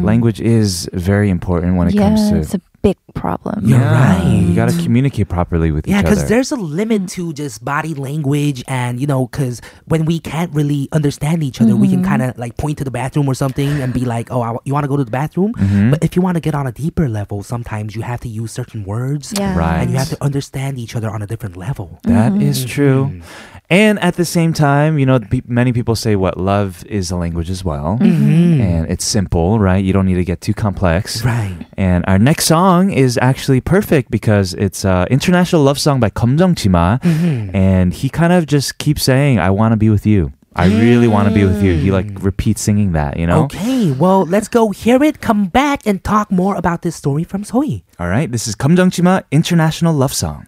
Speaker 1: Language is very important when it
Speaker 3: yeah,
Speaker 1: comes to.
Speaker 3: it's a big problem.
Speaker 1: yeah, You got to communicate properly with
Speaker 2: Yeah,
Speaker 1: each
Speaker 2: because
Speaker 1: other.
Speaker 2: there's a limit to just body language, and you know, because when we can't really understand each other, we can kind of like point to the bathroom or something and be like, "Oh, I, you want to go to the bathroom?"
Speaker 1: Mm-hmm.
Speaker 2: But if you want to get on a deeper level, sometimes you have to use certain words,
Speaker 3: Yeah.
Speaker 1: Right.
Speaker 2: and you have to understand each other on a different level.
Speaker 1: That is true. And at the same time, you know, pe- many people say what love is a language as well. And it's simple, right? You don't need to get too complex.
Speaker 2: Mm-hmm. Right.
Speaker 1: And our next song is actually perfect because it's an international love song by Kom Jong Chima.
Speaker 2: Mm-hmm.
Speaker 1: And he kind of just keeps saying, I want to be with you. I really want to be with you. He like repeats singing that, you
Speaker 2: Oh.
Speaker 1: know?
Speaker 2: Mm. Okay. Well, let's go hear it. Come back and talk more about this story from Sohi.
Speaker 1: All right. This is Kom Jong Chima International Love Song.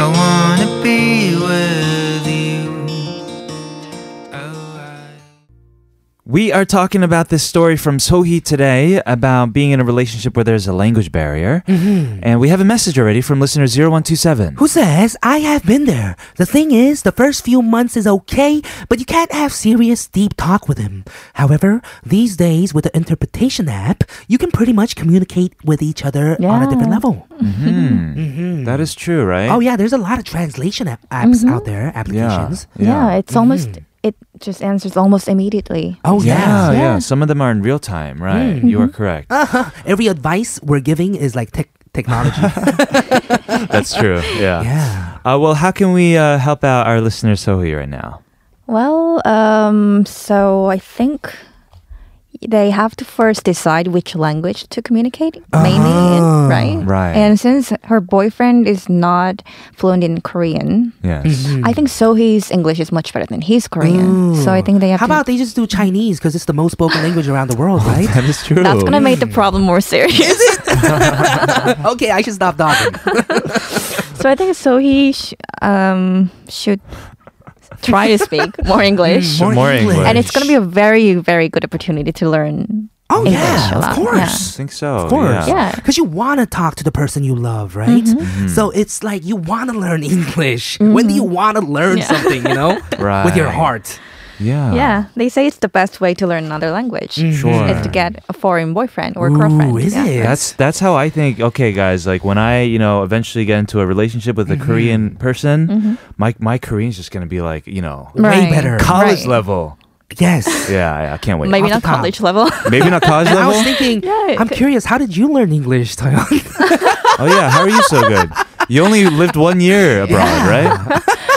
Speaker 4: I wanna be with you.
Speaker 1: We are talking about this story from Sohi today about being in a relationship where there's a language barrier. And we have a message already from listener 0127.
Speaker 2: Mm-hmm. Who says, I have been there. The thing is, the first few months is okay, but you can't have serious, deep talk with him. However, these days with the interpretation app, you can pretty much communicate with each other on a different
Speaker 3: Yeah.
Speaker 2: level.
Speaker 1: That is true, right?
Speaker 2: Oh, yeah, Mm-hmm. there's a lot of translation app- apps out there, applications.
Speaker 3: Yeah, it's
Speaker 2: Mm-hmm.
Speaker 3: almost it just answers almost immediately.
Speaker 2: Oh,
Speaker 1: Yeah,
Speaker 2: yeah.
Speaker 1: yeah,
Speaker 3: Yeah.
Speaker 1: Some of them are in real time, right?
Speaker 2: Mm-hmm.
Speaker 1: You are correct.
Speaker 2: Every advice we're giving is like tech *laughs* technology.
Speaker 1: That's true. Yeah.
Speaker 2: *laughs* yeah.
Speaker 1: Uh, well, how can we uh, help out our listener Sohi right now?
Speaker 3: Well, um, so I think they have to first decide which language to communicate, mainly, in, right?
Speaker 1: Right.
Speaker 3: And since her boyfriend is not fluent in Korean,
Speaker 1: Yes.
Speaker 2: Mm-hmm.
Speaker 3: I think Sohi's English is much better than his Korean. So I think they have
Speaker 2: How
Speaker 3: to.
Speaker 2: about they just do Chinese because it's the most spoken language around the
Speaker 1: *laughs*
Speaker 2: world, right?
Speaker 1: *laughs* That is true.
Speaker 3: *laughs* that's gonna make the problem more serious.
Speaker 2: okay, I should stop talking.
Speaker 3: *laughs* so I think Sohi sh- um, should try to speak *laughs* more
Speaker 1: *laughs*
Speaker 3: English.
Speaker 1: More English.
Speaker 3: and it's going to be a very, very good opportunity to learn.
Speaker 2: Oh
Speaker 3: English
Speaker 2: yeah,
Speaker 3: a
Speaker 2: of
Speaker 3: lot,
Speaker 1: I
Speaker 2: course.
Speaker 1: think so.
Speaker 2: Of course.
Speaker 3: Yeah. Mm-hmm.
Speaker 2: Because you want to talk to the person you love, right?
Speaker 1: Mm-hmm.
Speaker 2: So it's like you want to learn *laughs* English. When do you want to learn something, you
Speaker 1: *laughs*
Speaker 2: know?
Speaker 1: Right.
Speaker 2: With your heart. Uh-huh.
Speaker 1: Yeah.
Speaker 3: Yeah, they say it's the best way to learn another language.
Speaker 1: Sure.
Speaker 3: Is to get a foreign boyfriend or
Speaker 2: Mm-hmm.
Speaker 3: girlfriend.
Speaker 2: Ooh, is
Speaker 3: yeah.
Speaker 2: it?
Speaker 1: That's that's how I think. Okay, guys, like when I you know eventually get into a relationship with a
Speaker 2: Mm-hmm.
Speaker 1: Korean person,
Speaker 3: Mm-hmm.
Speaker 1: my my Korean's just gonna be like you know
Speaker 2: way
Speaker 3: Right.
Speaker 2: better.
Speaker 1: college
Speaker 3: Right.
Speaker 1: level. *laughs*
Speaker 2: yes.
Speaker 1: Yeah, I, I can't wait.
Speaker 3: Maybe
Speaker 2: Off
Speaker 3: not
Speaker 2: the top.
Speaker 3: college level.
Speaker 1: *laughs*
Speaker 3: *laughs*
Speaker 1: Maybe not college
Speaker 2: And I
Speaker 1: level.
Speaker 2: was thinking,
Speaker 3: Yeah, it
Speaker 2: I'm
Speaker 3: could-
Speaker 2: curious, how did you learn English, Taeyong?
Speaker 1: Oh yeah, how are you so good? You only lived one
Speaker 2: *laughs*
Speaker 1: year abroad, right?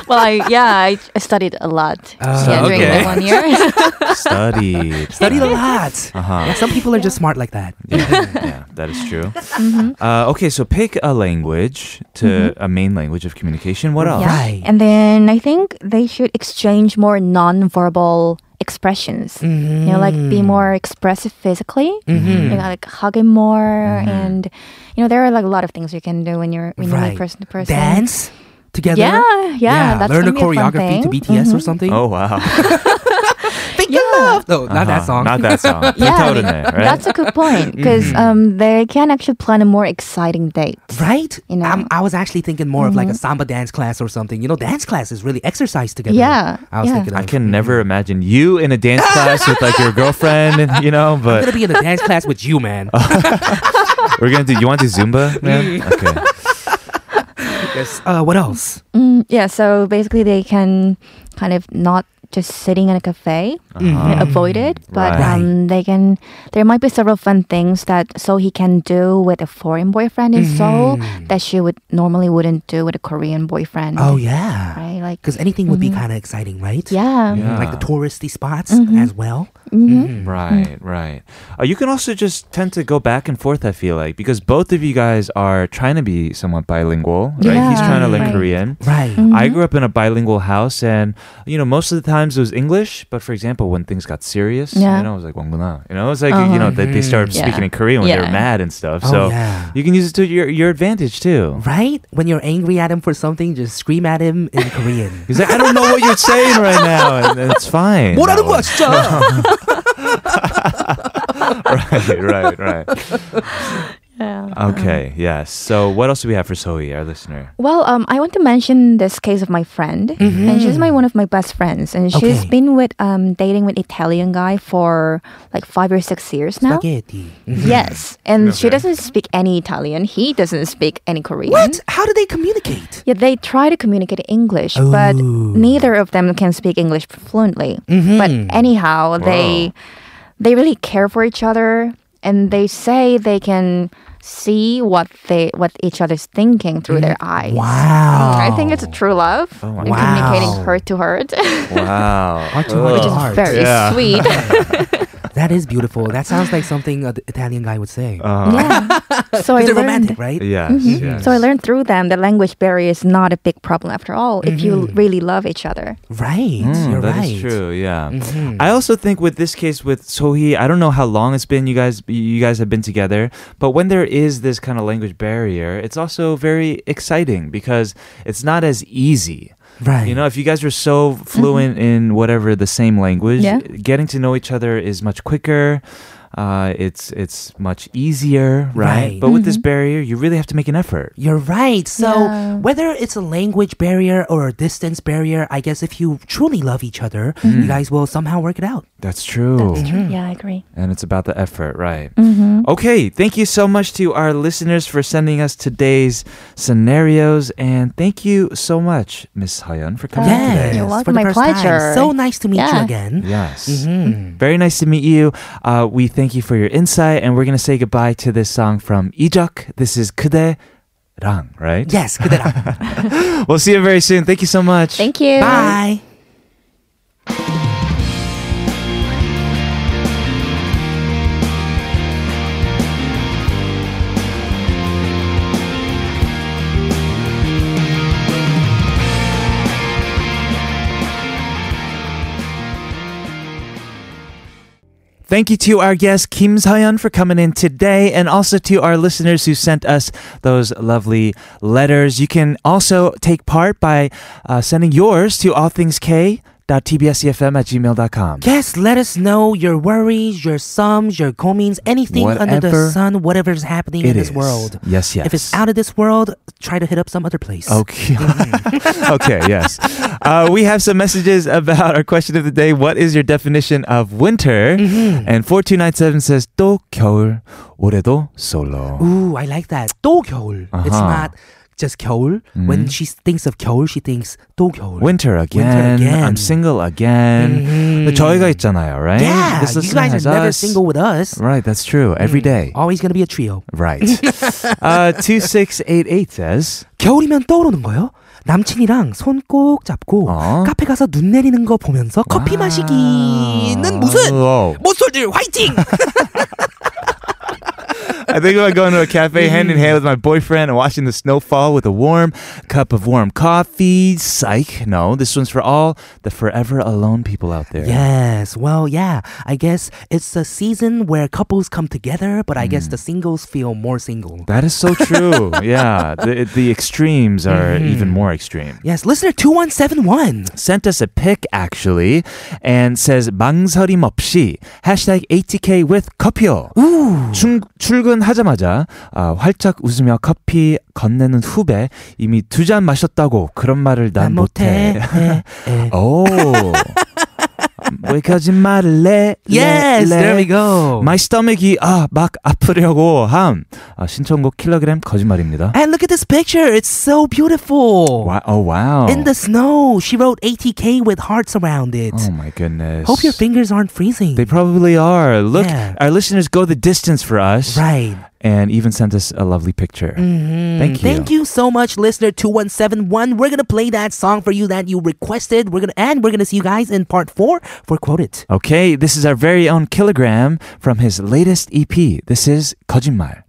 Speaker 3: well, I yeah, I, I studied a lot
Speaker 2: Oh,
Speaker 3: yeah, during
Speaker 1: okay.
Speaker 3: that one
Speaker 2: *laughs*
Speaker 3: year. *laughs*
Speaker 1: Studied.
Speaker 2: *laughs* Studied a lot.
Speaker 1: Uh-huh.
Speaker 2: Yeah, some people are just smart like that.
Speaker 3: *laughs*
Speaker 1: Yeah, *laughs* yeah, that is true.
Speaker 3: Mm-hmm.
Speaker 1: Uh, okay, so pick a language to a main language of communication. What else?
Speaker 3: Yeah.
Speaker 2: Right.
Speaker 3: And then I think they should exchange more non-verbal expressions. You know, like be
Speaker 2: Mm.
Speaker 3: more expressive physically.
Speaker 2: Mm-hmm.
Speaker 3: You know, like hugging more, and you know, there are like a lot of things you can do when you're when you meet
Speaker 2: right.
Speaker 3: person to person.
Speaker 2: Dance together.
Speaker 3: Yeah, yeah, that's
Speaker 2: Learn a
Speaker 3: gonna be fun
Speaker 2: choreography to
Speaker 3: thing. Mm-hmm.
Speaker 2: BTS or something.
Speaker 1: Oh wow.
Speaker 2: Think you love. No, *laughs* not that
Speaker 1: Uh-huh.
Speaker 2: song.
Speaker 1: Not
Speaker 2: *laughs*
Speaker 1: that song.
Speaker 3: Yeah, I
Speaker 1: Put out in
Speaker 3: mean, *laughs*
Speaker 1: there, right?
Speaker 3: that's a good point because
Speaker 2: Mm-hmm.
Speaker 3: um, they can actually plan a more exciting date.
Speaker 2: Right?
Speaker 3: You know. Mm-hmm.
Speaker 2: I'm, I was actually thinking more of like a samba dance class or something. You know, dance class is really exercise together.
Speaker 3: Yeah,
Speaker 2: I was
Speaker 3: yeah.
Speaker 2: thinking
Speaker 1: I
Speaker 2: of,
Speaker 1: can never imagine you in a dance class with like your girlfriend, *laughs* and, you know.
Speaker 2: I'm *laughs* gonna
Speaker 1: But
Speaker 2: be in a dance class with you,
Speaker 1: *laughs*
Speaker 2: man.
Speaker 1: Oh. we're gonna do. You want to do Zumba,
Speaker 2: *laughs*
Speaker 1: man?
Speaker 2: Mm-hmm.
Speaker 1: Okay. Uh-huh.
Speaker 2: Yes. Uh, what else?
Speaker 3: Mm, yeah, so basically they can kind of not just sitting in a cafe you
Speaker 2: Mm-hmm.
Speaker 3: know, avoid it Mm-hmm. but
Speaker 1: Right.
Speaker 3: um, they can there might be several fun things that so he can do with a foreign boyfriend in Seoul that she would normally wouldn't do with a Korean boyfriend
Speaker 2: Mm-hmm. Oh yeah,
Speaker 3: Mm-hmm. right like
Speaker 2: because anything would be kind of exciting, right?
Speaker 3: yeah Mm-hmm.
Speaker 1: Yeah.
Speaker 2: Like the touristy spots as well. Mm-hmm.
Speaker 1: Right, right. Uh, you can also just tend to go back and forth, I feel like, because both of you guys are trying to be somewhat bilingual, right? He's
Speaker 3: Yeah,
Speaker 1: trying to learn
Speaker 3: right.
Speaker 1: Korean. I
Speaker 2: Right.
Speaker 3: Mm-hmm.
Speaker 1: grew up in a bilingual house, and you know, most of the times it was English. But for example, when things got serious,
Speaker 3: Yeah. Oh,
Speaker 1: you know, I was like "wangguna," you know, it's like you know, they, they started
Speaker 3: Yeah.
Speaker 1: speaking in Korean when they were
Speaker 3: Yeah.
Speaker 1: mad and stuff.
Speaker 2: Oh,
Speaker 1: so
Speaker 2: yeah.
Speaker 1: you can use it to your your advantage too.
Speaker 2: Right? When you're angry at him for something, just scream at him
Speaker 1: *laughs*
Speaker 2: in Korean.
Speaker 1: He's like, I don't know what you're saying right now, and, and it's fine. That
Speaker 2: 뭐라는 거야,
Speaker 1: one.
Speaker 2: 진짜?
Speaker 1: *laughs*
Speaker 3: *laughs*
Speaker 1: right, right,
Speaker 2: *laughs*
Speaker 1: right.
Speaker 3: yeah
Speaker 1: Okay, yes. So what else do we have for Zoe, our listener?
Speaker 3: Well, um, I want to mention this case of my friend, and she's my one of my best friends, and she's
Speaker 2: Mm-hmm. Okay.
Speaker 3: been with um, dating with Italian guy for like five or six years
Speaker 2: *laughs*
Speaker 3: now.
Speaker 2: Spaghetti.
Speaker 3: Yes, and she
Speaker 1: Okay.
Speaker 3: doesn't speak any Italian. He doesn't speak any Korean.
Speaker 2: What? How do they communicate?
Speaker 3: Yeah, they try to communicate English, but
Speaker 2: Ooh.
Speaker 3: neither of them can speak English fluently.
Speaker 2: Mm-hmm.
Speaker 3: But anyhow, they they really care for each other, and they say they can see what they what each other's thinking through their eyes.
Speaker 2: Mm-hmm. Wow.
Speaker 3: I think it's a true love
Speaker 1: my
Speaker 2: Oh,
Speaker 3: and
Speaker 1: God.
Speaker 3: communicating heart to heart. *laughs*
Speaker 1: Wow.
Speaker 2: Heart to heart
Speaker 1: Ugh.
Speaker 2: to heart.
Speaker 3: Very
Speaker 1: Yeah.
Speaker 3: sweet.
Speaker 2: That is beautiful. That sounds like something an Italian guy would say.
Speaker 1: Uh,
Speaker 3: yeah. So I
Speaker 2: Because they're
Speaker 3: learned.
Speaker 2: romantic, right?
Speaker 1: Yes, yes.
Speaker 3: Mm-hmm. So I learned through them that language barrier is not a big problem after all if you
Speaker 2: Mm-hmm.
Speaker 3: really love each other.
Speaker 2: Right.
Speaker 1: Mm,
Speaker 2: You're
Speaker 1: that
Speaker 2: right. Mm-hmm.
Speaker 1: is true. Yeah, I also think with this case with Sohee, I don't know how long it's been. You guys, you guys have been together, but when there is this kind of language barrier, it's also very exciting because it's not as easy.
Speaker 2: Right. Mm-hmm.
Speaker 1: You know, if you guys are so fluent in whatever the same language,
Speaker 3: Yeah.
Speaker 1: getting to know each other is much quicker. Uh, it's it's much easier, right?
Speaker 2: Right. Mm-hmm.
Speaker 1: But with this barrier, you really have to make an effort.
Speaker 2: You're right. So,
Speaker 3: Yeah.
Speaker 2: whether it's a language barrier or a distance barrier, I guess if you truly love each other,
Speaker 1: Mm.
Speaker 2: you guys will somehow work it out.
Speaker 1: That's true.
Speaker 3: That's
Speaker 2: Mm.
Speaker 3: true. Yeah, I agree.
Speaker 1: And it's about the effort, right?
Speaker 3: Mm-hmm.
Speaker 1: Okay, thank you so much to our listeners for sending us today's scenarios. And thank you so much, Miss Hyun, for coming
Speaker 3: Yeah,
Speaker 1: today.
Speaker 3: You're
Speaker 2: for
Speaker 3: welcome.
Speaker 2: the
Speaker 3: My
Speaker 2: first time.
Speaker 3: pleasure.
Speaker 2: So nice to meet you
Speaker 3: Yeah.
Speaker 2: again. Mm.
Speaker 1: Yes. *laughs*
Speaker 3: Mm-hmm.
Speaker 1: Very nice to meet you. Uh, we thank you for your insight. And we're going to say goodbye to this song from Ijuk. This is Kude Rang, right?
Speaker 2: Yes,
Speaker 3: *laughs*
Speaker 2: 그대로.
Speaker 1: We'll see you very soon. Thank you so much.
Speaker 3: Thank you.
Speaker 2: Bye.
Speaker 1: Thank you to our guest Kim Sayeon for coming in today, and also to our listeners who sent us those lovely letters. You can also take part by uh, sending yours to allthingsk.tbscfm E at gmail.com.
Speaker 2: Yes, let us know your worries, your sums, your comings, anything under
Speaker 1: Whatever
Speaker 2: the sun, whatever's happening in this
Speaker 1: is.
Speaker 2: world.
Speaker 1: Yes, yes. Oh,
Speaker 2: If it's out of this world, try to hit up some other place.
Speaker 1: Okay. *laughs* okay, yes. Uh, we have some messages about our question of the day. What is your definition of winter? And 4297 says, 또 겨울, 올해도 solo.
Speaker 2: Ooh, I like that. 또 겨울. It's
Speaker 1: Uh-huh.
Speaker 2: not just 겨울.
Speaker 1: 음.
Speaker 2: When she thinks of 겨울, she thinks 또 겨울.
Speaker 1: Winter again.
Speaker 2: again.
Speaker 1: I'm single again.
Speaker 2: Mhm.
Speaker 1: 저희가 있잖아요, right?
Speaker 2: yeah,
Speaker 1: 네, This
Speaker 2: you
Speaker 1: listener
Speaker 2: guys
Speaker 1: has
Speaker 2: are never
Speaker 1: us.
Speaker 2: single Mm. with us.
Speaker 1: Right, that's true. Every day.
Speaker 2: Always gonna be a trio. *laughs*
Speaker 1: Right. uh, 2688 says,
Speaker 2: 겨울이면 떠오르는 거요. 남친이랑 손 꼭 잡고
Speaker 1: 어.
Speaker 2: 카페 가서 눈 내리는 거 보면서 커피 마시기는 무슨
Speaker 1: Whoa. *laughs*
Speaker 2: 모쏠들 화이팅!
Speaker 1: I think about going to a
Speaker 2: *laughs*
Speaker 1: cafe hand in hand with my boyfriend and watching the snow fall with a warm cup of warm coffee. Psych. No, this one's for all the forever alone people out there.
Speaker 2: Yes. Well, yeah. I guess it's a season where couples come together, but I
Speaker 1: 음.
Speaker 2: guess the singles feel more single.
Speaker 1: That is so true. *laughs* yeah. The, the extremes are
Speaker 2: Mm-hmm.
Speaker 1: even more extreme.
Speaker 2: Yes, listener 2171.
Speaker 1: Sent us a pic actually and says 망설임 없이 hashtag ATK with 커피요. 중, 출근하자마자 아, 활짝 웃으며 커피 건네는 후배 이미 두 잔 마셨다고 그런 말을 난 못해.
Speaker 2: *laughs*
Speaker 1: *laughs* 오. 왜 거짓말을 내?
Speaker 2: yes,
Speaker 1: 내, 내.
Speaker 2: there we go.
Speaker 1: My stomach이 아, 막 아프려고 함. 아, 신청곡 킬로그램 거짓말입니다.
Speaker 2: and look at this picture. It's so beautiful.
Speaker 1: 와, oh, wow.
Speaker 2: In the snow, she wrote ATK with hearts around it.
Speaker 1: oh my goodness.
Speaker 2: Hope your fingers aren't freezing.
Speaker 1: They probably are. Look,
Speaker 2: Yeah.
Speaker 1: our listeners go the distance for us
Speaker 2: right. Mm-hmm.
Speaker 1: and even sent us a lovely picture. Thank you.
Speaker 2: Thank you so much, listener 2171. We're going to play that song for you that you requested. We're going to, and we're going to see you guys in part four for Quote It.
Speaker 1: Okay, this is our very own kilogram from his latest EP. This is 거짓말.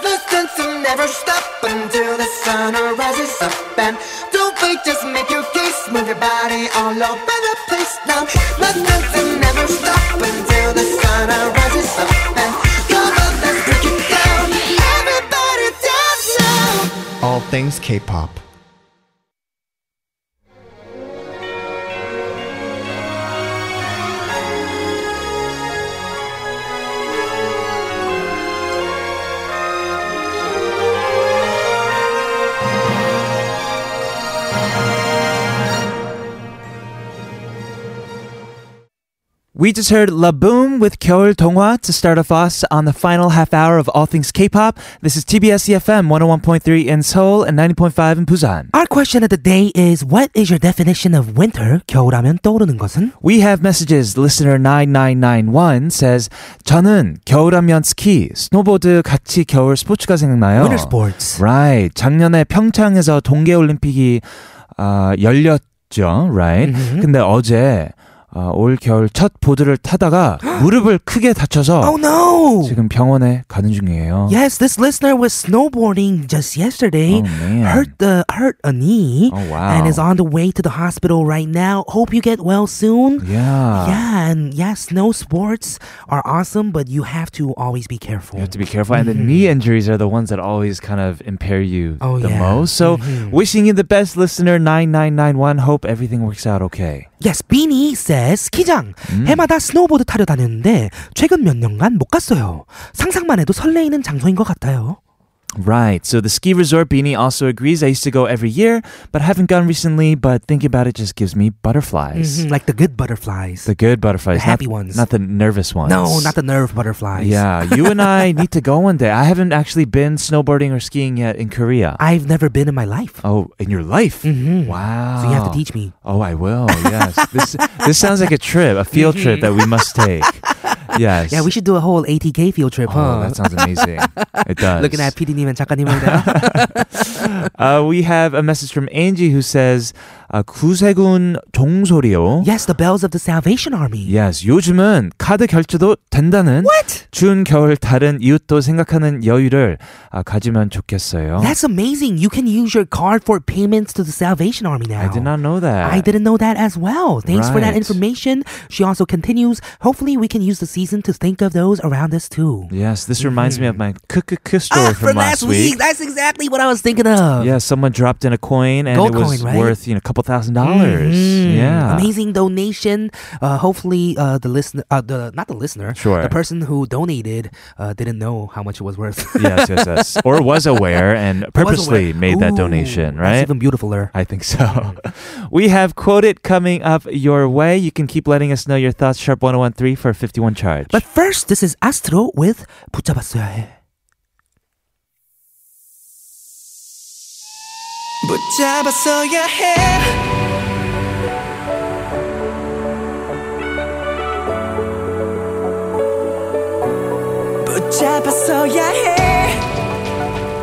Speaker 4: The sense will never stop until the sun rises up and don't wait, just make your case, move your body all over the place now. The sense will never stop until the sun rises up and come on, let's break it down. Everybody dance now. All things K-pop.
Speaker 1: We just heard La Boom with 겨울 동화 to start off us on the final half hour of All Things K-pop. This is TBS EFM 101.3 in Seoul and 90.5 in Busan.
Speaker 2: Our question of the day is What is your definition of winter? 겨울하면 떠오르는 것은?
Speaker 1: We have messages. Listener 9991 says, 저는 겨울하면 스키, 스노보드 같이 겨울 스포츠가 생각나요.
Speaker 2: Winter sports.
Speaker 1: Right. 작년에 평창에서 동계올림픽이 아, 열렸죠. Right. 근데 어제 아, 올 겨울 첫 보드를
Speaker 2: *gasps*
Speaker 1: 타다가 무릎을 크게
Speaker 2: Oh
Speaker 1: 다쳐서
Speaker 2: no!
Speaker 1: 지금 병원에 가는 중이에요.
Speaker 2: Yes, this listener was snowboarding just
Speaker 1: 어.
Speaker 2: yesterday.
Speaker 1: Oh, man.
Speaker 2: hurt the hurt a knee
Speaker 1: Oh, wow.
Speaker 2: and is on the way to the hospital right now. Hope you get well soon.
Speaker 1: Yeah.
Speaker 2: Yeah, and yeah, snow sports are awesome, but you have to always be careful.
Speaker 1: You have to be careful. And the knee injuries are the ones that always kind of impair you
Speaker 2: Mm-hmm. Oh,
Speaker 1: the
Speaker 2: yeah. Mm-hmm.
Speaker 1: most. So, wishing you the best, listener 9991. Hope everything works out okay.
Speaker 2: Yes, Beanie says 스키장
Speaker 1: 음.
Speaker 2: 해마다 스노보드 타려 다녔는데 최근 몇 년간 못 갔어요. 상상만 해도 설레이는 장소인 것 같아요. *laughs*
Speaker 1: Right. So, the ski resort beanie also agrees. I used to go every year, but haven't gone recently. But thinking about it just gives me butterflies.
Speaker 2: Mhm, Like the good butterflies.
Speaker 1: The good butterflies,
Speaker 2: The happy
Speaker 1: not,
Speaker 2: ones.
Speaker 1: not the nervous ones.
Speaker 2: no, not the nerve butterflies.
Speaker 1: Yeah, you and
Speaker 2: *laughs*
Speaker 1: I need to go one day. I haven't actually been snowboarding or skiing yet in Korea.
Speaker 2: I've never been in my life.
Speaker 1: Oh, in your life?
Speaker 2: Mhm.
Speaker 1: Wow.
Speaker 2: So you have to teach me.
Speaker 1: Oh, I will. Yes.
Speaker 2: *laughs*
Speaker 1: this this sounds like a trip, a field trip that we must take. Yes.
Speaker 2: Mm-hmm. Yeah, we should do a whole ATK field trip,
Speaker 1: Oh,
Speaker 2: huh?
Speaker 1: that sounds amazing.
Speaker 2: *laughs*
Speaker 1: It does.
Speaker 2: Looking at PD님 and 작가님 over there.
Speaker 1: *laughs* uh, we have a message from Angie who says, uh, 구세군 종소리요.
Speaker 2: Yes, the bells of the Salvation Army.
Speaker 1: Yes, 요즘은 카드 결제도 된다는
Speaker 2: What?
Speaker 1: 추운 겨울 다른 이웃도 생각하는 여유를 아, 가지면 좋겠어요.
Speaker 2: That's amazing. You can use your card for payments to the Salvation Army now.
Speaker 1: I did not know that.
Speaker 2: I didn't know that as well. Thanks for that
Speaker 1: Right.
Speaker 2: information. She also continues, hopefully we can use the season to think of those around us too.
Speaker 1: Yes, this reminds me of my kukuku story
Speaker 2: Mm-hmm. Ah,
Speaker 1: from last week.
Speaker 2: That's exactly what I was thinking of.
Speaker 1: Yeah, someone dropped in a coin and
Speaker 2: Gold
Speaker 1: it was
Speaker 2: coin, right?
Speaker 1: worth you know a couple couple thousand dollars.
Speaker 2: Mm,
Speaker 1: Yeah.
Speaker 2: amazing donation. Uh, hopefully, uh, the listener, uh, the not the listener,
Speaker 1: Sure.
Speaker 2: the person who donated uh, didn't know how much it was worth. *laughs*
Speaker 1: yes, yes, yes. Or was aware and purposely
Speaker 2: aware.
Speaker 1: made that
Speaker 2: Ooh,
Speaker 1: donation,
Speaker 2: that's
Speaker 1: right?
Speaker 2: even beautifuler.
Speaker 1: I think so. *laughs* we have quoted coming up your way. You can keep letting us know your thoughts. Sharp 1013 for 51 charge.
Speaker 2: But first, this is Astro with 붙잡았어야 해.
Speaker 4: 붙잡았어야 해 붙잡았어야 해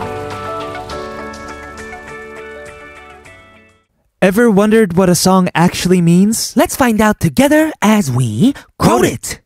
Speaker 1: Ever wondered what a song actually means?
Speaker 2: Let's find out together as we quote it.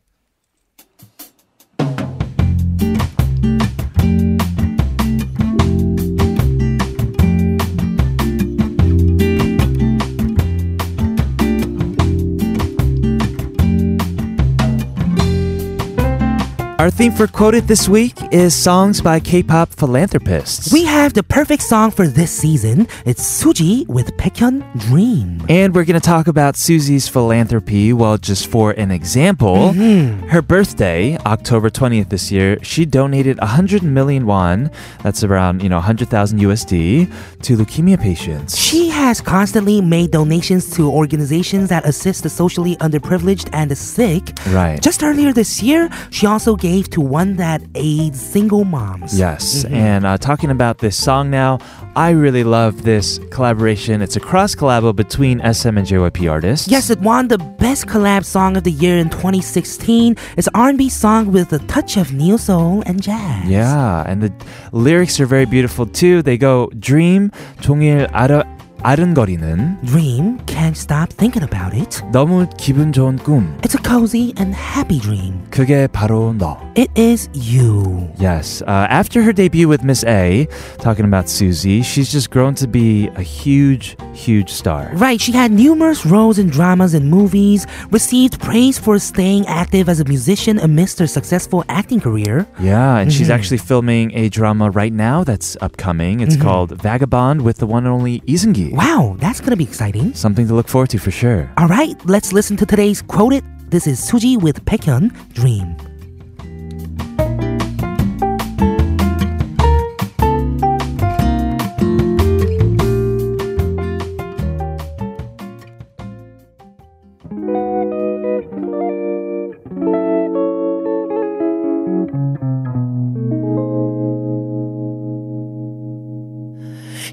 Speaker 1: Our theme for Quoted this week is songs by K pop philanthropists.
Speaker 2: We have the perfect song for this season. It's Suji with Baekhyun Dream.
Speaker 1: and we're going to talk about Susie's philanthropy. Well, just for an example,
Speaker 2: Mm-hmm.
Speaker 1: her birthday, October 20th this year, she donated 100 million won, that's around, you know, 100,000 USD, to leukemia patients.
Speaker 2: She has constantly made donations to organizations that assist the socially underprivileged and the sick.
Speaker 1: Right.
Speaker 2: Just earlier this year, she also gave to one that aids single moms.
Speaker 1: Yes,
Speaker 2: Mm-hmm.
Speaker 1: and uh, talking about this song now, I really love this collaboration. It's a cross collabo between SM and JYP artists.
Speaker 2: Yes, it won the best collab song of the year in 2016. It's an R&B song with a touch of neo soul and jazz.
Speaker 1: Yeah, and the lyrics are very beautiful too. They go dream 종일 아르, 아른거리는
Speaker 2: Dream, can't stop thinking about it.
Speaker 1: 너무 기분 좋은 꿈.
Speaker 2: It's a cozy and happy dream.
Speaker 1: 그게 바로 너.
Speaker 2: It is you.
Speaker 1: Yes. Uh, after her debut with Miss A, talking about Susie, she's just grown to be a huge, huge star.
Speaker 2: Right, she had numerous roles in dramas and movies, received praise for staying active as a musician amidst her successful acting career.
Speaker 1: Yeah, and she's actually filming a drama right now that's upcoming. It's called Vagabond with the one and only Isengi.
Speaker 2: Wow, that's gonna be exciting.
Speaker 1: Something to look forward to for sure.
Speaker 2: All right, let's listen to today's quoted. This is Suji with Baekhyun Dream.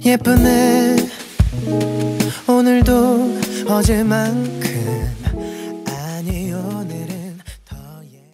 Speaker 4: 예쁜 애 오늘도 어제만큼 아니 오늘은 더 예.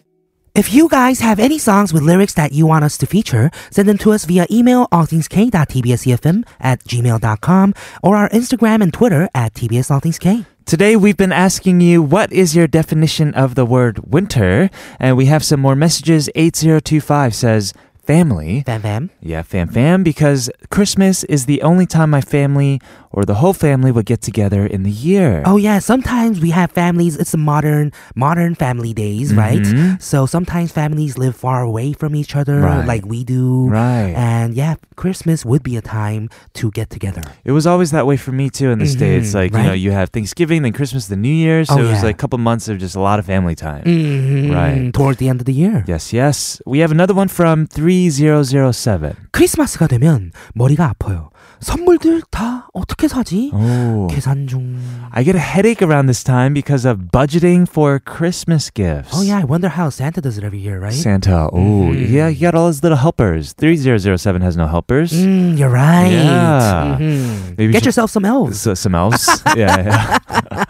Speaker 2: If you guys have any songs with lyrics that you want us to feature, send them to us via email allthingsk.tbscfm E at gmail.com or our Instagram and Twitter at tbsallthingsk.
Speaker 1: Today, we've been asking you what is your definition of the word winter? And we have some more messages. 8025 says, family.
Speaker 2: Fam fam.
Speaker 1: Yeah, fam fam, because Christmas is the only time my family or the whole family would get together in the year.
Speaker 2: Oh yeah, sometimes we have families. It's the modern modern family days,
Speaker 1: Mm-hmm.
Speaker 2: right? So sometimes families live far away from each other,
Speaker 1: Right.
Speaker 2: like we do.
Speaker 1: Right.
Speaker 2: And yeah, Christmas would be a time to get together.
Speaker 1: It was always that way for me too in the States. Like, you know,
Speaker 2: Mm-hmm. right.
Speaker 1: you have Thanksgiving, then Christmas, then New Year. So
Speaker 2: Oh,
Speaker 1: it was
Speaker 2: yeah.
Speaker 1: like a couple months of just a lot of family time. Mm-hmm.
Speaker 2: Mm, Toward the end of the year.
Speaker 1: Yes, yes. We have another one from 3007.
Speaker 2: 크리스마스가 되면 머리가 아파요. 선물들 다 어떻게 사지?
Speaker 1: Oh.
Speaker 2: 계산 중.
Speaker 1: I get a headache around this time because of budgeting for Christmas gifts.
Speaker 2: Oh yeah, I wonder how Santa does it every year, right? Mm-hmm.
Speaker 1: Santa. Oh, yeah. You got all his little helpers. 3007 has no helpers.
Speaker 2: Mm, you're right.
Speaker 1: Yeah.
Speaker 2: Mhm.
Speaker 1: Maybe
Speaker 2: Get
Speaker 1: she-
Speaker 2: yourself some elves.
Speaker 1: So, some else. yeah,
Speaker 2: *laughs*
Speaker 1: yeah.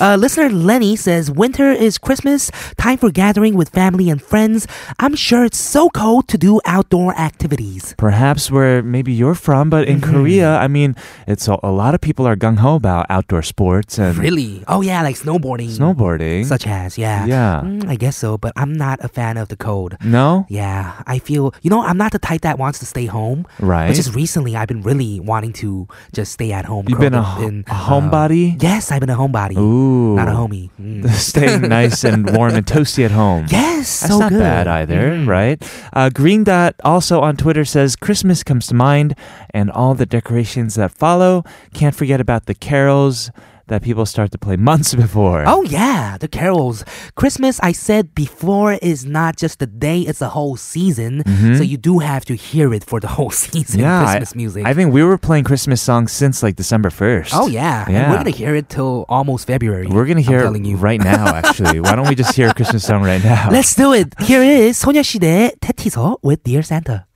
Speaker 2: Uh, listener Lenny says, Winter is Christmas, time for gathering with family and friends. I'm sure it's so cold to do outdoor activities.
Speaker 1: Perhaps where maybe you're from, but
Speaker 2: Mm-hmm.
Speaker 1: in Korea, I mean, it's a, a lot of people are gung ho about outdoor sports and
Speaker 2: Really? Oh, yeah, like snowboarding.
Speaker 1: snowboarding.
Speaker 2: Such as, yeah.
Speaker 1: Yeah.
Speaker 2: Mm, I guess so, but I'm not a fan of the cold.
Speaker 1: no?
Speaker 2: Yeah, I feel, you know, I'm not the type that wants to stay home.
Speaker 1: Right.
Speaker 2: But just recently, I've been really wanting to just stay at home.
Speaker 1: You've been a,
Speaker 2: curled up
Speaker 1: ho-
Speaker 2: in,
Speaker 1: a homebody?
Speaker 2: Yes, I've been a homebody.
Speaker 1: Ooh.
Speaker 2: Not a homie. Mm.
Speaker 1: *laughs* Staying nice and warm and toasty at home.
Speaker 2: Yes,
Speaker 1: That's
Speaker 2: so
Speaker 1: not
Speaker 2: good.
Speaker 1: bad either, right? Uh, Green Dot also on Twitter says Christmas comes to mind and all the decorations that follow. Can't forget about the carols that people start to play months *laughs* before.
Speaker 2: Oh yeah, the carols. Christmas, I said before, is not just a day; it's a whole season. So you do have to hear it for the *laughs* whole season.
Speaker 1: Mm-hmm. I-
Speaker 2: Christmas music.
Speaker 1: I think we were playing Christmas songs since like December 1st.
Speaker 2: oh yeah. And
Speaker 1: Yeah.
Speaker 2: we're gonna hear it till almost February.
Speaker 1: We're going to hear
Speaker 2: I'm
Speaker 1: it
Speaker 2: telling you.
Speaker 1: right now, actually. Why don't we just hear a Christmas song right now?
Speaker 2: *laughs* Let's do it. Here is 소녀시대 테티서 with Dear Santa.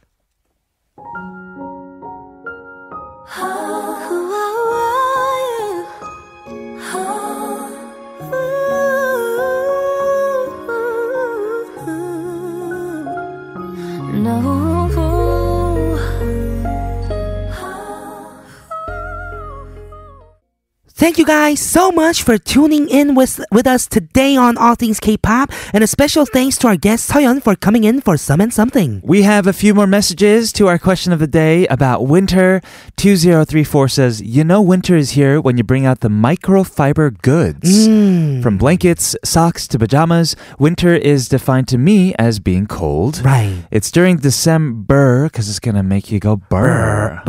Speaker 2: Thank you guys so much for tuning in with, with us today on All Things K-pop, and a special thanks to our guest Soyeon for coming in for some and something.
Speaker 1: We have a few more messages to our question of the day about winter. 2034 says, You know, winter is here when you bring out the microfiber goods.
Speaker 2: Mm.
Speaker 1: From blankets, socks to pajamas, winter is defined to me as being cold.
Speaker 2: Right.
Speaker 1: It's during December because it's going to make you go burr.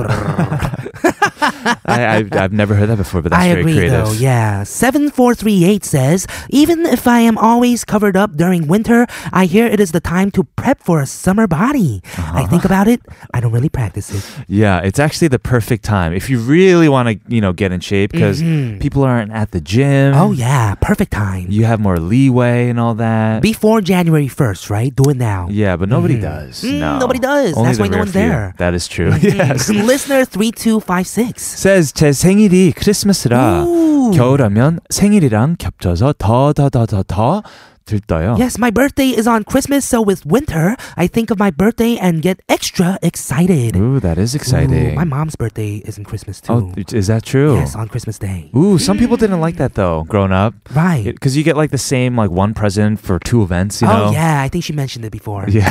Speaker 1: I, I've, I've never heard that before, but that's
Speaker 2: I
Speaker 1: very
Speaker 2: agree
Speaker 1: creative.
Speaker 2: though, yeah. 7438 says, Even if I am always covered up during winter, I hear it is the time to prep for a summer body. I
Speaker 1: Uh-huh.
Speaker 2: think about it, I don't really practice
Speaker 1: *laughs*
Speaker 2: it.
Speaker 1: Yeah, it's actually the perfect time if you really want to, you know, get in shape because people aren't at the gym.
Speaker 2: Mm-hmm. Oh yeah, perfect time.
Speaker 1: you have more leeway and all that.
Speaker 2: Before January 1st, right? Do it now.
Speaker 1: yeah, but nobody does.
Speaker 2: Mm,
Speaker 1: no,
Speaker 2: nobody does.
Speaker 1: Only
Speaker 2: That's
Speaker 1: the
Speaker 2: why no
Speaker 1: rare
Speaker 2: one's
Speaker 1: few.
Speaker 2: there. Mm.
Speaker 1: That is true. yes.
Speaker 2: *laughs* Listener 3256.
Speaker 1: says 제 생일이 크리스마스라
Speaker 2: Ooh.
Speaker 1: 겨울하면 생일이랑 겹쳐서 더 더 더 더더 들떠요.
Speaker 2: Yes, my birthday is on Christmas, so with winter, I think of my birthday and get extra excited.
Speaker 1: Ooh, that is exciting.
Speaker 2: Ooh, my mom's birthday is in Christmas
Speaker 1: oh,
Speaker 2: too.
Speaker 1: is that true?
Speaker 2: yes, on Christmas Day.
Speaker 1: Ooh, some people didn't like that though, growing up,
Speaker 2: Right.
Speaker 1: because you get like the same like one present for two events. You know.
Speaker 2: Oh yeah, I think she mentioned it before.
Speaker 1: Yeah.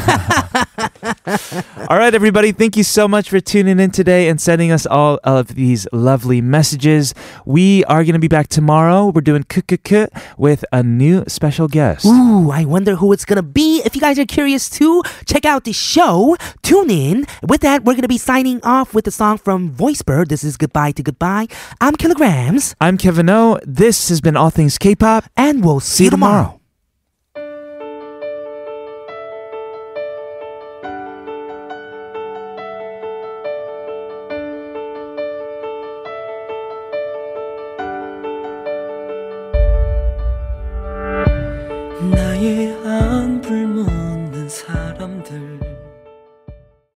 Speaker 1: all right, everybody. Thank you so much for tuning in today and sending us all of these lovely messages. We are going to be back tomorrow. We're doing KKK with a new special guest.
Speaker 2: Ooh, I wonder who it's gonna be. If you guys are curious too, check out the show. Tune in. With that, we're gonna be signing off with the song from Voicebird. This is Goodbye to Goodbye. I'm Kilograms,
Speaker 1: I'm Kevin O. This has been All Things K-pop.
Speaker 2: and we'll see, you tomorrow.
Speaker 6: 나의 안불 묻는 사람들